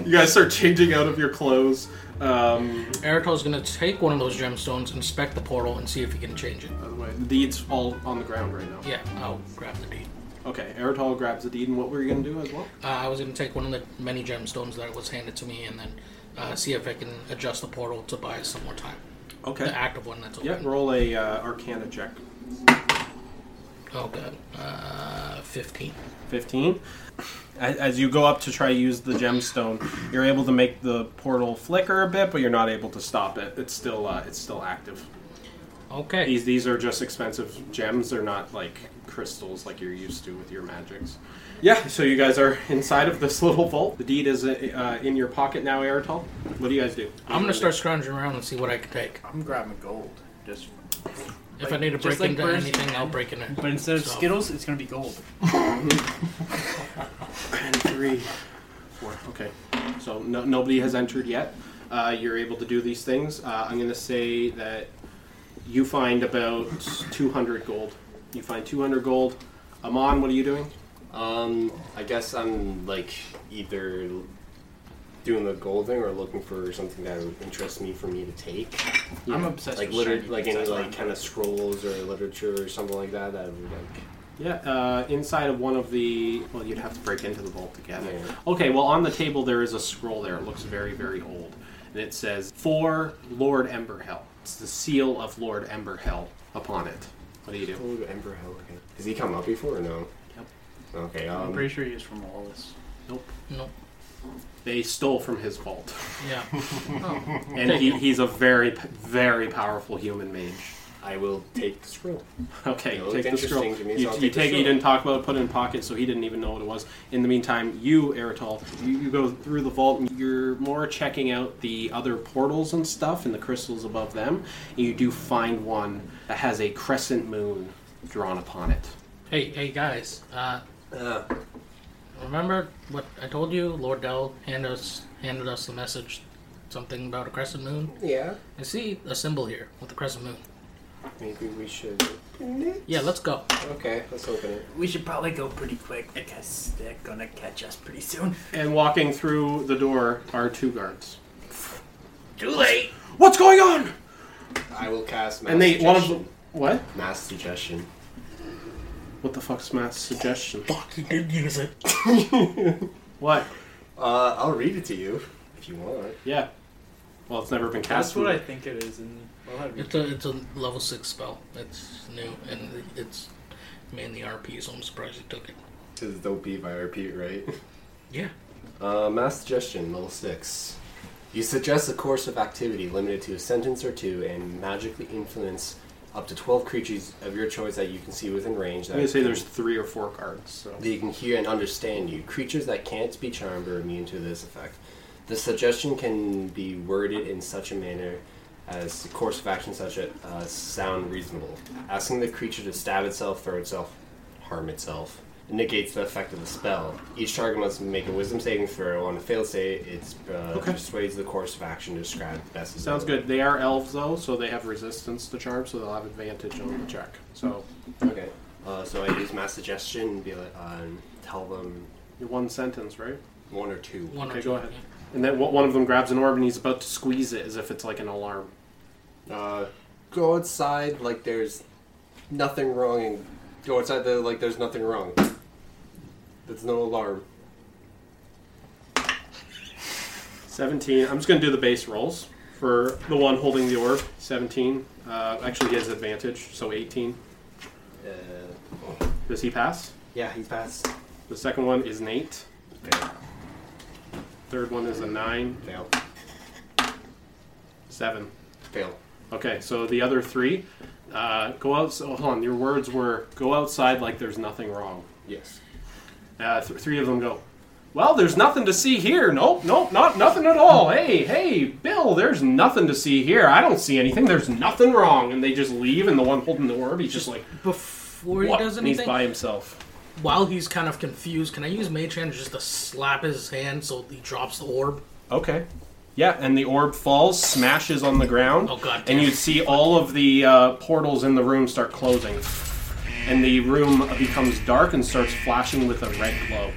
you guys start changing out of your clothes. Um,
Airtel's gonna take one of those gemstones, inspect the portal, and see if he can change it.
by the way, the deed's all on the ground right now.
Yeah, I'll grab the deed.
Okay, Eritol grabs the deed, and what were you gonna do as well?
Uh, I was gonna take one of the many gemstones that was handed to me, and then uh, see if I can adjust the portal to buy us some more time. The
Okay.
active one that's open.
Yeah, roll a uh, Arcana check.
Oh god. Uh, fifteen.
15. As as you go up to try to use the gemstone, you're able to make the portal flicker a bit, but you're not able to stop it. It's still uh, it's still active.
Okay.
These these are just expensive gems. They're not like crystals like you're used to with your magics. Yeah. So you guys are inside of this little vault. The deed is uh, in your pocket now, Aerotol. What do you guys do?
I'm gonna start scrounging around and see what I can take.
I'm grabbing gold. Just
If I need to
just
break
like
into
birds,
anything, I'll break into it.
but instead of
So-
Skittles, it's gonna be gold.
And three, four. Okay. So no, nobody has entered yet. Uh, you're able to do these things. Uh, I'm going to say that you find about 200 gold. You find 200 gold. Amon, what are you doing?
Um, I guess I'm like either doing the gold thing or looking for something that would interest me for me to take.
I'm obsessed
Like
with
liter-
shiny
like
things.
any
That's why
like
I'm-
kind of scrolls or literature or something like that. That would like
Yeah, uh, inside of one of the. Well, you'd have to break into the vault to get it.
Yeah.
Okay, well, on the table there is a scroll there. It looks very, very old. And it says, For Lord Emberhell. It's the seal of Lord Emberhell upon it. What do you do?
oh, Emperor Hell. Okay. Has he come up before or no?
Yep.
Okay.
I'm
Um,
pretty sure he is from Wallace.
No.
They stole from his vault.
Yeah.
And he, he's a very, p- very powerful human mage.
I will take the scroll.
Okay,
It looked
take the scroll.
interesting to me, so
you
I'll
you
take the
take it, you
scroll.
didn't talk about it, put it in pocket, so he didn't even know what it was. In the meantime, you, Eritol, you, you go through the vault, and you're more checking out the other portals and stuff, and the crystals above them, and you do find one that has a crescent moon drawn upon it.
Hey, hey guys. Uh,
Uh,
remember what I told you? Lord Dell handed us handed us the message, something about a crescent moon.
yeah.
I see a symbol here with the crescent moon.
Maybe we should.
Yeah, let's go.
Okay, let's open it.
We should probably go pretty quick because they're gonna catch us pretty soon.
And walking through the door are two guards.
Too late.
What's going on?
I will cast. Mass
And they one of
suggestion.
them. What?
mass suggestion.
What the fuck's mass suggestion?
Fuck, he did use it.
What?
Uh, I'll read it to you if you want.
Yeah. Well, it's never been cast.
That's what I think it is, and I'll have you.
It's a it's a level six spell. It's new and it's mainly RP, so I'm surprised he took it.
Because don't be by repeat, right?
Yeah.
Uh, mass suggestion, level six. You suggest a course of activity limited to a sentence or two, and magically influence up to twelve creatures of your choice that you can see within range. That
I'm gonna say
can-
there's three or four guards. So.
that you can hear and understand you. Creatures that can't be charmed are immune to this effect. The suggestion can be worded in such a manner as the course of action such as uh, sound reasonable. Asking the creature to stab itself, throw itself, harm itself negates the effect of the spell. Each target must make a wisdom saving throw. On a failed save, it uh, persuades the course of action to describe best. as
Sounds
well.
good. They are elves though, so they have resistance to charm, so they'll have advantage on the check. So
Okay. Uh, so I use my suggestion and be like, um, tell them
you're one sentence, right?
one or two.
One or
Okay,
two.
go ahead. And then one one of them grabs an orb and he's about to squeeze it as if it's like an alarm.
uh, go outside like there's nothing wrong and go outside the, like there's nothing wrong. It's no alarm.
17. I'm just going to do the base rolls for the one holding the orb. 17. Uh, actually, he has advantage, so 18.
Uh,
Does he pass?
yeah, he passed.
The second one is an 8.
Fail.
Third one is a 9.
Fail.
7.
Fail.
Okay, so the other three uh, go out. So, hold on. Your words were go outside like there's nothing wrong.
Yes.
Uh, th- three of them go. Well, there's nothing to see here. Nope, nope, not nothing at all. Hey, hey, Bill, there's nothing to see here. I don't see anything. There's nothing wrong, and they just leave. And the one holding the orb, he's just like,
Before
what?
he does
And he's
anything,
by himself.
while he's kind of confused, can I use Mage Hand just to slap his hand so he drops the orb?
Okay. Yeah, and the orb falls, smashes on the ground.
Oh, God damn.
And you'd see all of the uh, portals in the room start closing, and the room becomes dark and starts flashing with a red glow.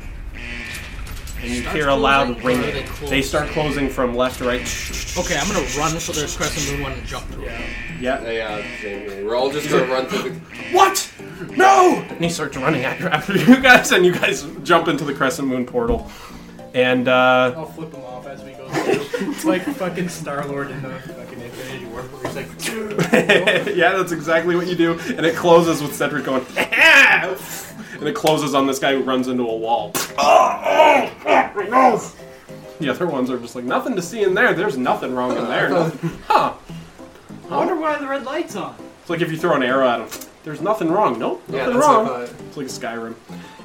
And you
Starts
hear a loud
closing, or
ringing.
they close?
they start closing from left to right.
Okay, I'm gonna run so there's Crescent Moon one and jump through. it.
Yeah.
Yeah, same thing. uh, We're all just gonna run through the.
What? No! And he starts running after, after you guys, and you guys jump into the Crescent Moon portal. And, uh,
I'll flip him off as we go through. It's like fucking Star Lord in the fucking Infinity War, where he's like,
yeah, that's exactly what you do. And it closes with Cedric going, "Ah!" and it closes on this guy who runs into a wall. The other ones are just like, nothing to see in there. There's nothing wrong in there. Nothing- Huh.
I wonder why the red light's on.
It's like if you throw an arrow at him, there's nothing wrong. Nope,
Yeah,
nothing
that's
wrong.
what I thought.
It's like Skyrim.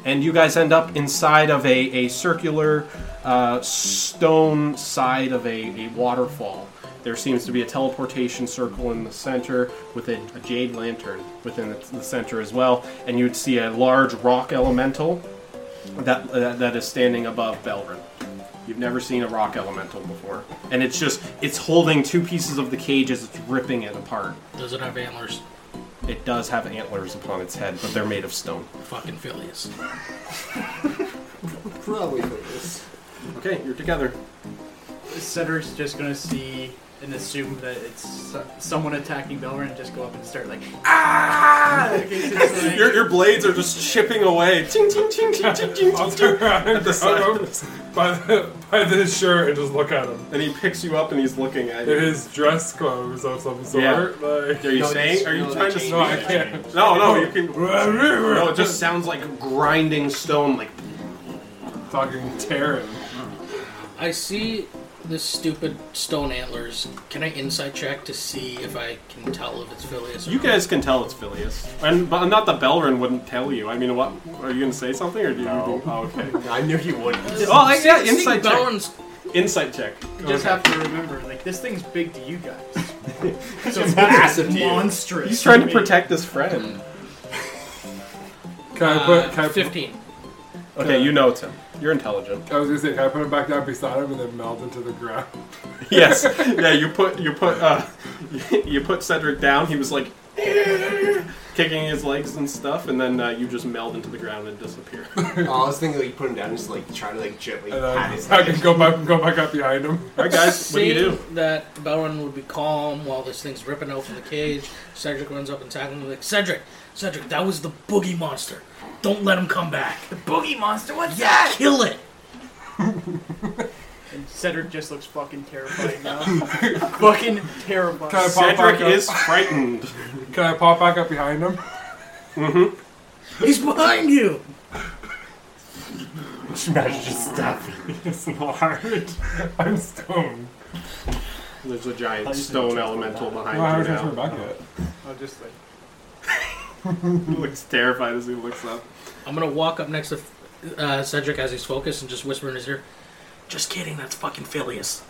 And you guys end up inside of a, a circular uh, stone side of a, a waterfall. There seems to be a teleportation circle in the center with a, a jade lantern within the, the center as well. And you'd see a large rock elemental that, uh, that, that is standing above Belrin. You've never seen a rock elemental before. And it's just, it's holding two pieces of the cage as it's ripping it apart.
Does it have antlers?
It does have antlers upon its head, but they're made of stone.
Fucking Phileas.
Probably this.
Okay, you're together.
Cedric's just gonna see and assume that it's s- someone attacking Belrin and just go up and start like, ah!
Your, your blades are just chipping away. Ting, ting, ting, ting, ting, ting, ting,
I'll
ting.
turn around and
the
grab
side.
him by the by the shirt and just look at him.
And he picks you up and he's looking at
It
you.
is dress clothes of some sort.
Yeah.
Like
Are you
No,
saying?
it's-
Are you
no,
trying
they
to?
changed
no, I can't.
No, no, you can. No,
no,
it just sounds like grinding stone. Like
fucking tear him.
I see this stupid stone antlers. Can I insight check to see if I can tell if it's Phileas? Or
you
not?
guys can tell it's Phileas, and but not that Belrin wouldn't tell you. I mean, what are you gonna say something or do you?
No.
Oh, okay.
I knew you wouldn't.
Oh, I, yeah,
I think
insight check.
Belrin's-
Insight check.
You just have to remember, like, this thing's big to you guys. so it's
massive to you.
monstrous.
He's trying to
me.
protect his friend.
Can I
uh,
put? Can I, put-
fifteen.
Okay, you know it's him. You're intelligent.
I was gonna say, can I put him back down beside him and then melt into the ground?
yes. Yeah, you put you put uh, you put Cedric down. He was like kicking his legs and stuff, and then uh, you just meld into the ground and disappear.
Oh, I was thinking like you put him down, and just like try to like gently
And
pat
then
his
I
head.
can go back go back up behind him.
All right, guys, what do you do?
Seeing That Belrin would be calm while this thing's ripping out from the cage. Cedric runs up and tackles him like Cedric, Cedric, that was the boogie monster. Don't let him come back.
Boogie monster, what's
Yeah, kill it.
And Cedric just looks fucking terrified now. fucking terrified.
Can I pop
Cedric
back up?
is frightened.
Can I pop back up behind him?
He's behind you.
Imagine just stabbing his heart.
I'm stoned.
There's a giant stone elemental
Well, I
behind
was
you
just
now.
Rebecca.
I'll just like,
He looks terrified as he looks up.
I'm gonna walk up next to uh, Cedric as he's focused and just whisper in his ear. Just kidding. That's fucking Phileas.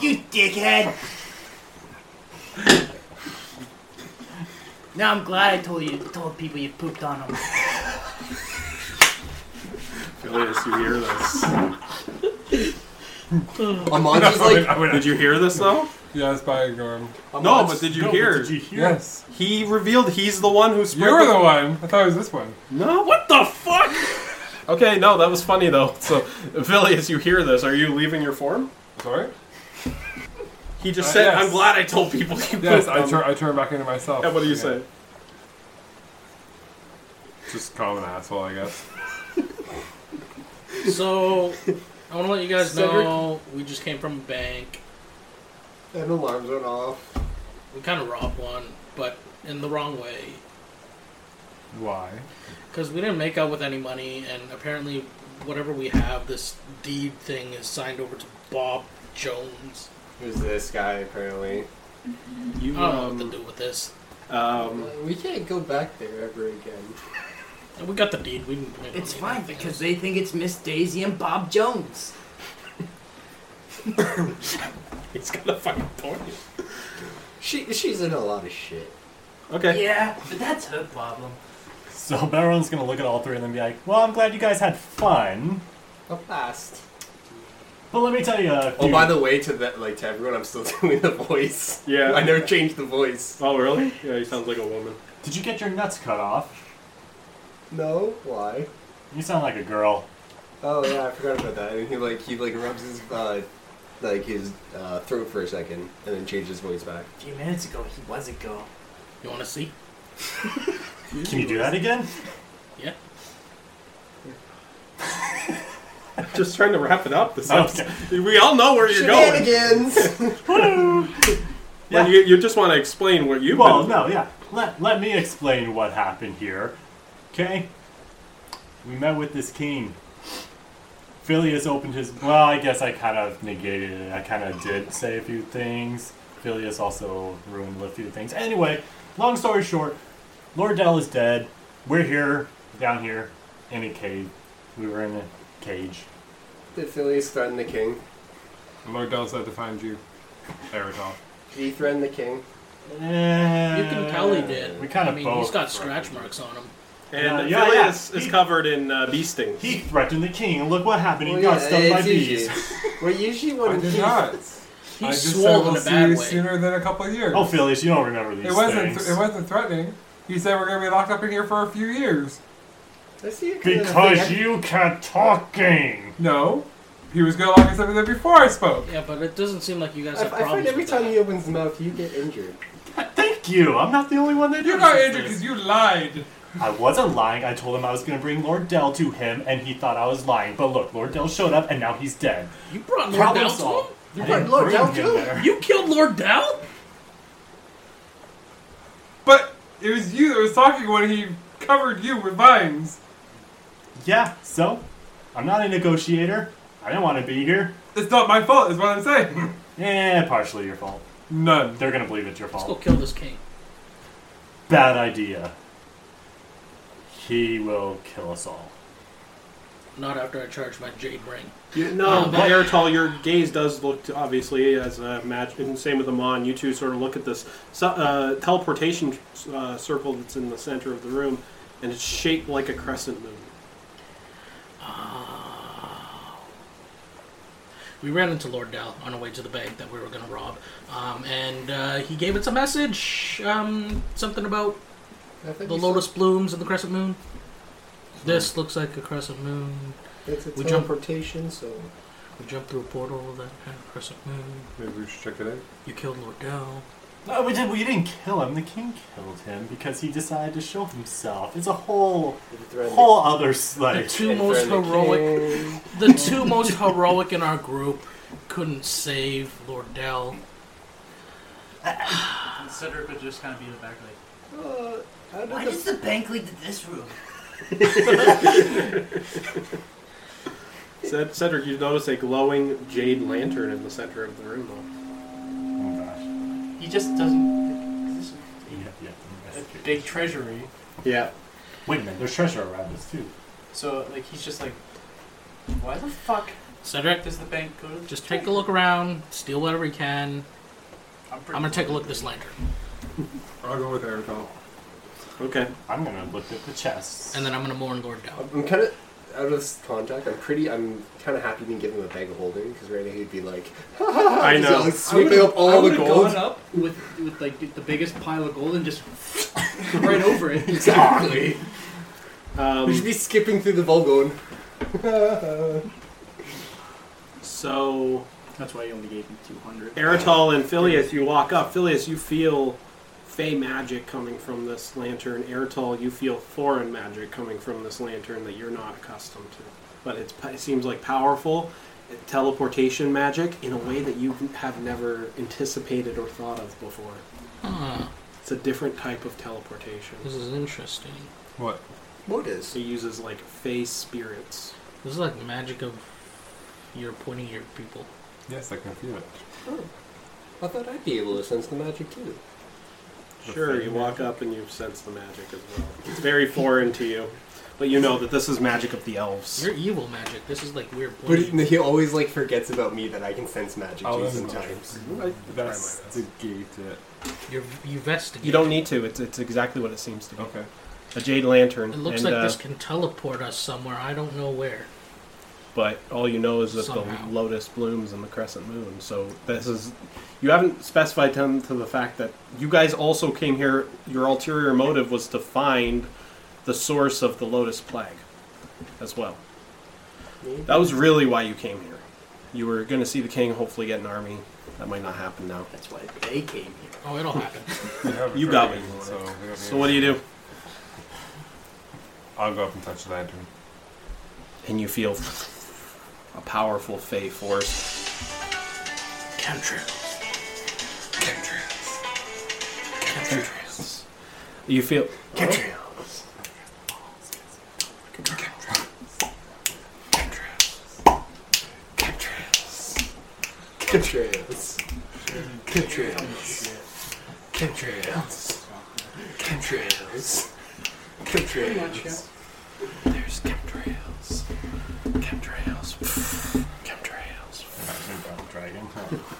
You dickhead! now I'm glad I told you told people you pooped on them.
Phileas, you hear this?
Amon just like
Did you hear this though?
Yes, by Gorm.
No, but did you
No, but
hear?
Did you hear?
Yes.
He revealed he's the one who spread.
You were the one. I thought it was this one.
No, what the fuck? Okay, no, that was funny though. So, Phileas, you hear this? Are you leaving your form?
Sorry?
He just
Uh,
said,
yes.
"I'm glad I told people." You
Yes,
pooped
I
on
turn I turn back into myself.
Yeah, what do you
Yeah.
say?
Just common asshole, I guess.
So, I want to let you guys know we just came from a bank.
And alarms went off.
We kind of robbed one, but in the wrong way.
Why?
Because we didn't make out with any money, and apparently, whatever we have, this deed thing is signed over to Bob Jones.
Who's this guy, apparently?
You
I don't know what
um,
to do with this.
um
Uh, we can't go back there ever again.
And we got the deed. We didn't make
It's
money,
fine
nothing
because they think it's Miss Daisy and Bob Jones.
it's gonna fucking torture.
She, she's in a lot of shit.
Okay.
Yeah, but that's her problem.
So Baron's gonna look at all three and then be like, "Well, I'm glad you guys had fun,
A blast.
but let me tell you a
Oh,
few-
by the way, to the, like to everyone, I'm still doing the voice.
Yeah.
I never changed the voice.
Oh really? Yeah, he sounds like a woman.
did you get your nuts cut off?
No, why?
You sound like a girl.
Oh yeah, I forgot about that. And he like he like rubs his uh, like his uh, throat for a second, and then changes his voice back.
A few minutes ago, he was a girl.
You want to see?
Can you do that again?
Yeah.
Just trying to wrap it up. This
Okay.
we all know where you're going.
Yeah.
And you, you just want to explain what you've
Well,
been.
no, yeah. Let, let me explain what happened here. Okay? We met with this king. Phileas opened his. Well, I guess I kind of negated it. I kind of did say a few things. Phileas also ruined a few things. Anyway, long story short, Lord Dell is dead. We're here, down here, in a cave. We were in a cage.
Did Phileas threaten the king?
Lord Dell said to find you, Aerodol.
Did he threaten the king?
You
You
can
can
tell he did.
We kind of
I mean,
both.
he's got scratch marks on him.
And
Uh,
the
yeah, yeah.
Phileas is
He-
covered in uh, bee stings.
He threatened the king, and look what happened. He
Well,
got
yeah,
stung by
it's
bees.
usually- Well, usually
I
when
did
he-
not.
He's
I just said
swole
we'll
in a
see
bad
you
way.
sooner than a couple of years.
Oh, Phyllis, you don't remember these
it wasn't.
things.
Th- it wasn't threatening. He said we're gonna be locked up in here for a few years.
I see it kinda
because
thing.
you kept talking.
No, he was gonna lock us up in there before I spoke.
Yeah, but it doesn't seem like you guys
I,
have
I
problems.
find every
with
time
that.
he opens his mouth, you get injured.
Thank you. I'm not the only one that
You
notices
got injured
this.
because you lied.
I wasn't lying. I told him I was going to bring Lord Dell to him, and he thought I was lying. But look, Lord Dell showed up, and now he's dead.
You brought Lord
Problem
Dow to him?
solved.
You
I
brought
didn't
Lord
bring
Dell
him
too?
there.
You killed Lord Dow?
But it was you that was talking when he covered you with vines.
Yeah. So, I'm not a negotiator. I didn't want to be here.
It's not my fault. Is what I'm saying.
Eh, partially your fault.
None.
They're going to believe it's your
Let's go
fault.
kill this king.
Bad idea. He will kill us all.
Not after I charge my jade ring.
You, no,
Um,
but Eritol, your gaze does look to, obviously as a match, and same with Amon. You two sort of look at this su- uh, teleportation uh, circle that's in the center of the room, and it's shaped like a crescent moon.
Ah. We ran into Lord Dell on our way to the bank that we were going to rob, um, and uh, he gave us a message. Um, something about
I think
the
he
lotus blooms and the crescent moon. This looks like a crescent moon.
said It's a
we jump-
teleportation, so.
We jumped through a portal that had a crescent moon.
Maybe we should check it out.
You killed Lord Dell.
No, we didn't. We didn't kill him. The king killed him because he decided to show himself. It's a whole,
Did he threaten the-
whole other s-
The
like.
two
did he
most
threaten the
heroic,
king?
the two most heroic in our group, couldn't save Lord Dell.
Consider it, but just kind of be in the back like,
Uh, how did
Why
the-
does the bank lead to this room?
Ced- Cedric, you notice a glowing jade lantern in the center of the room. Though.
Oh gosh.
he just doesn't. Is this
Yeah,
a,
yeah.
a big treasury,
Yeah,
Wait a minute. There's treasure around us too.
so like he's just like, why the fuck
Cedric,
does the bank go to? the
just take a
treasury?"
look around, steal whatever you can.
I'm,
I'm gonna take a look at this lantern,
I'll go with Aerodol.
okay.
I'm gonna look at the chests.
and then I'm gonna mourn Lord Dell.
I'm kind of out of this contact. I'm pretty. I'm kind of happy you didn't give him a bag of holding because right now he'd be like,
I
he's
know.
like sweeping up all the gold.
up with with like the biggest pile of gold and just right over it.
Exactly. we should
Um,
be skipping through the Volgo.
so
That's why he only gave him two hundred.
Eritol and Phileas, you walk up. Phileas, you feel fey magic coming from this lantern. Eritol, you feel foreign magic coming from this lantern that you're not accustomed to. but it's, it seems like powerful teleportation magic in a way that you have never anticipated or thought of before.
Huh,
It's a different type of teleportation.
Ah, this is interesting.
What?
What is?
It uses like face spirits.
This is like magic of your pointing your people.
Yes, I can feel it.
I thought I'd be able to sense the magic too.
Sure, you walk up and you sense the magic as well. It's very foreign to you, but you know that this is magic of the elves.
You're evil magic. This is like weird
But
pointing.
he, he always like forgets about me that I can sense magic
Oh,
too
that's
sometimes.
That's to gate it.
You're, you vested.
You don't need to. It's, it's exactly what it seems to be.
Okay.
A jade lantern.
Oh. It looks
and,
like
uh,
this can teleport us somewhere. I don't know where.
but all you know is that
Somehow.
the lotus blooms in the crescent moon. So this is you haven't specified them to the fact that you guys also came here. Your ulterior motive was to find the source of the lotus plague, as well. That was really why you came here. You were going to see the king, hopefully get an army. That might not happen now.
That's why they came here.
Oh, it'll happen.
We have a
You got
dragon,
me.
So, we don't need
So what do you do?
I'll go up and touch the lantern.
And you feel a powerful fey force.
Chemtrails. Chemtrails.
You feel
Chemtrails. Chemtrails. Chemtrails. Chemtrails. Chemtrails.
There's chemtrails. Chemtrails. Chemtrails.
dragon.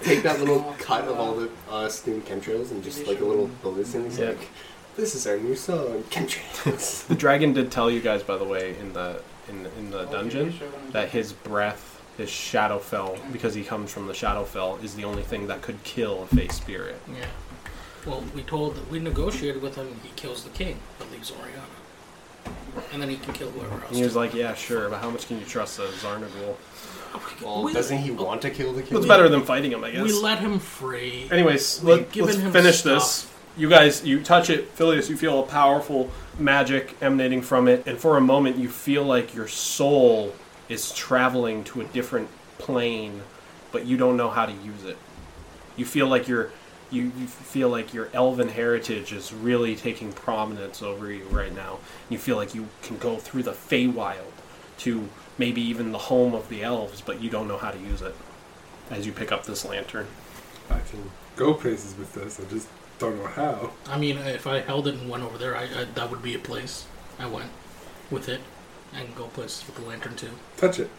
Take that little cut of all the uh, new chemtrails and just like a little bonus, and he's
Yeah.
like, "This is our new song, chemtrails."
The dragon did tell you guys, by the way, in the in the, in the dungeon, that his breath, his shadowfell, because he comes from the shadowfell, is the only thing that could kill a face spirit.
Yeah. Well, we told we negotiated with him. He kills the king, but leaves Oriana, and then he can kill whoever else.
And he was like, "Yeah, sure, but how much can you trust the Zarnagul?
well, doesn't he want to kill the king?
It's better than fighting him, I guess."
we let him free.
Anyways,
We've
let,
given
let's
him
finish
stuff.
this. You guys, you touch it, Phileas, you feel a powerful magic emanating from it, and for a moment you feel like your soul is traveling to a different plane, but you don't know how to use it. You feel like your you, you feel like your elven heritage is really taking prominence over you right now. You feel like you can go through the Feywild to maybe even the home of the elves, but you don't know how to use it as you pick up this lantern.
I can go places with this. I just don't know how.
I mean, if I held it and went over there, I, I that would be a place. I went with it. I can go places with the lantern too.
Touch it.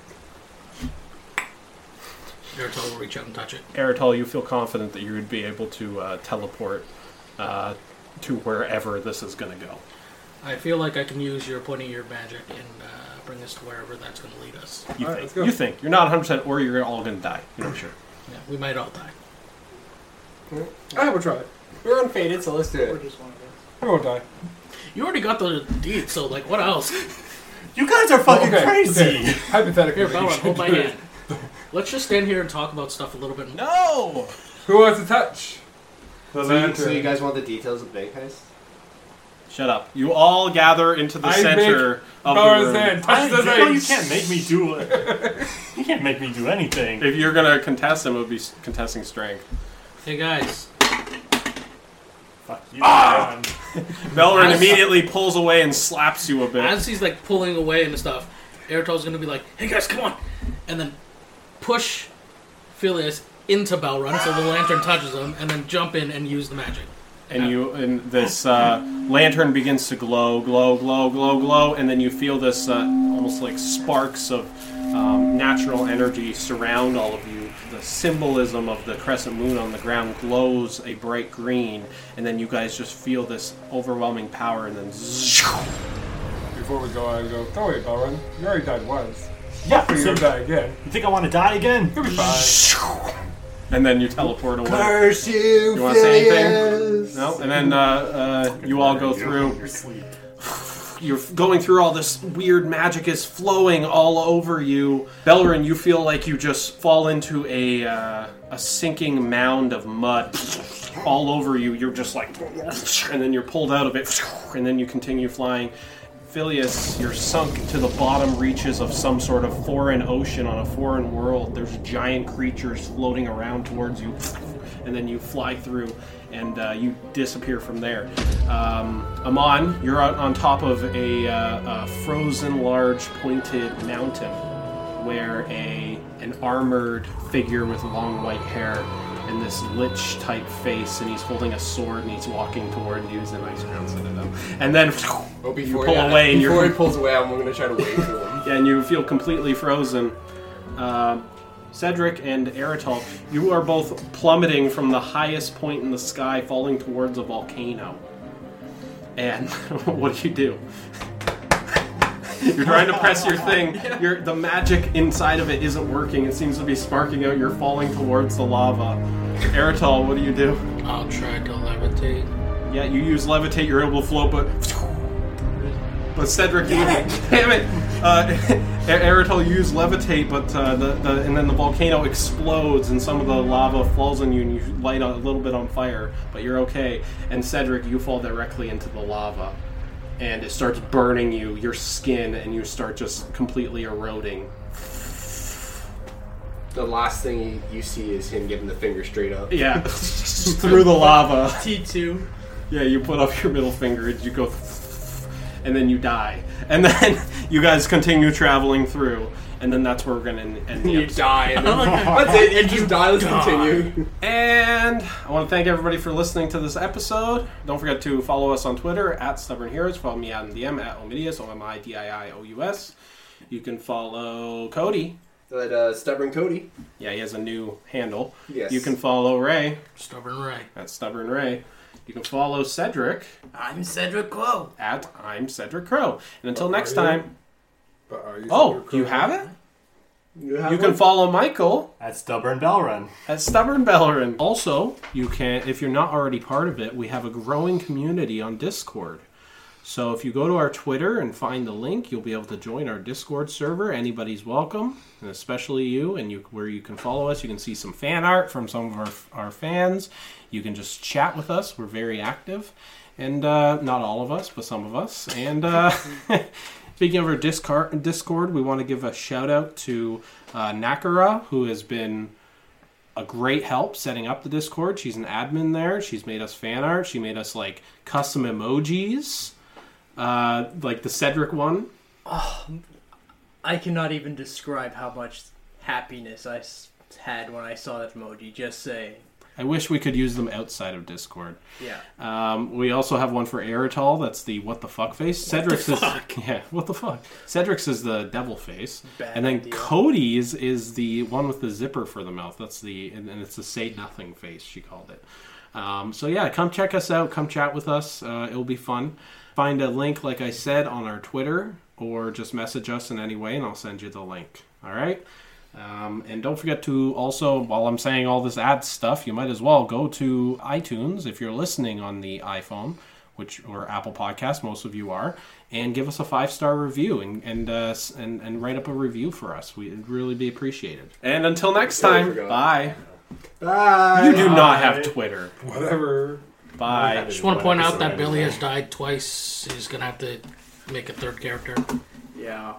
Airtel will reach out and touch it.
Aratol, you feel confident that you would be able to uh, teleport uh, to wherever this is going to go.
I feel like I can use your pointing your magic and uh, bring us to wherever that's going to lead us.
You
All right,
think?
let's go.
You think? You're not 100, percent or you're all going to die. You're not sure.
Yeah, we might all die.
I will try it.
We're unfaded, so let's do
Or
it.
just one of those.
I won't die.
You already got the deed, so like, what else?
You guys are fucking
Okay,
crazy.
okay. Hypothetically,
Here, Bowen, hold my hand. Let's just stand here and talk about stuff a little bit. more.
No.
who wants to touch the
So you,
lantern?
so you guys want the details of the bank heist?
Shut up. You all gather into the
I
center of
Bowen's
the room.
hand.
I,
Touch
you,
the
know,
ring.
you can't make me do it. you can't make me do anything.
If you're going to contest him, it would be s- contesting strength.
Hey guys,
Fuck you.
Ah!
man.
Belrin immediately pulls away and slaps you a bit.
as he's like pulling away and stuff, Airtel's gonna be like, "Hey guys, come on," and then push Phileas into Balrun so the lantern touches him, and then jump in and use the magic.
and you and this uh, lantern begins to glow, glow, glow, glow, glow, and then you feel this uh, almost like sparks of um, natural energy surround all of you. The symbolism of the crescent moon on the ground glows a bright green, and then you guys just feel this overwhelming power, and then
Before we go, I go. Don't worry, Bowen. You already died once.
Yeah.
You're
So,
gonna die again.
you think I want to die again?
You'll be fine.
and then you teleport away.
Curse you,
You want to say anything? No. And then uh, uh, you all go through.
You're asleep.
you're going through all this weird magic is flowing all over you. Belrin, you feel like you just fall into a uh, a sinking mound of mud all over you. You're just like, and then you're pulled out of it, and then you continue flying. Aphelius, you're sunk to the bottom reaches of some sort of foreign ocean on a foreign world. There's giant creatures floating around towards you, and then you fly through and uh, you disappear from there. Um, Amon, you're out on top of a, uh, a frozen, large, pointed mountain where a an armored figure with long white hair and this lich type face, and he's holding a sword and he's walking toward you. He's a nice round set of them. And then
Well,
you
Oh, before
pull
yeah,
away and
before
you're
he pulls away, I'm gonna try to wave for him.
and you feel completely frozen. Uh, Cedric and Eritol, you are both plummeting from the highest point in the sky, falling towards a volcano. And what do you do? You're trying to press your thing. Your the magic inside of it isn't working. It seems to be sparking out. You're falling towards the lava. Eritol, what do you do?
I'll try to levitate.
Yeah, you use levitate, you're able to float, but but Cedric, you, damn it, uh, E- Eritol, you use levitate, but uh, the, the and then the volcano explodes and some of the lava falls on you and you light a little bit on fire, but you're okay. And Cedric, you fall directly into the lava, and it starts burning you, your skin, and you start just completely eroding.
The last thing you see is him giving the finger straight up.
Yeah, through the lava.
T2.
Yeah, you put up your middle finger and you go, and then you die. And then you guys continue traveling through, and then that's where we're going to end the
You
episode.
die. And then, that's it. You just die. Let's continue.
And I want to thank everybody for listening to this episode. Don't forget to follow us on Twitter at Stubborn Heroes. Follow me on DM at Omidius, O M I D I I O U S. You can follow Cody.
That uh, stubborn Cody.
Yeah, he has a new handle.
Yes.
You can follow Ray
Stubborn Ray.
at Stubborn Ray. You can follow Cedric
I'm Cedric Quo.
at I'm Cedric Crow. And until next
Oh, Are you?
time.
But are you
Oh,
super
you
cool?
have it?
You, have
You can
one?
follow Michael
At Stubborn Belrun.
at Stubborn Bellerin. Also, you can, if you're not already part of it, we have a growing community on Discord. So if you go to our Twitter and find the link, you'll be able to join our Discord server. Anybody's welcome, and especially you. And you, where you can follow us, you can see some fan art from some of our our fans. You can just chat with us. We're very active, and uh, not all of us, but some of us. And uh, speaking of our Discord, Discord, we want to give a shout out to uh, Nakara, who has been a great help setting up the Discord. She's an admin there. She's made us fan art. She made us like custom emojis, uh, like the Cedric one.
I cannot even describe how much happiness I s- had when I saw that emoji. Just saying.
I wish we could use them outside of Discord.
Yeah.
Um, we also have one for Eritol. That's the what the fuck face. Cedric's is yeah, what the fuck. Cedric's is the devil face,
Bad
and then
idea.
Cody is is the one with the zipper for the mouth. That's the and, and it's the say nothing face. She called it. Um, so yeah, come check us out. Come chat with us. Uh, it'll be fun. Find a link, like I said, on our Twitter, or just message us in any way, and I'll send you the link. All right. Um, and don't forget to also, while I'm saying all this ad stuff, you might as well go to iTunes if you're listening on the iPhone, which or Apple Podcast, most of you are, and give us a five star review and and, uh, s- and and write up a review for us. We would really be appreciated. And until next
Totally
time,
forgot.
bye.
Bye.
You do not have Twitter.
Whatever.
Bye.
Just want to point out that Billy has died twice. He's gonna have to make a third character.
Yeah.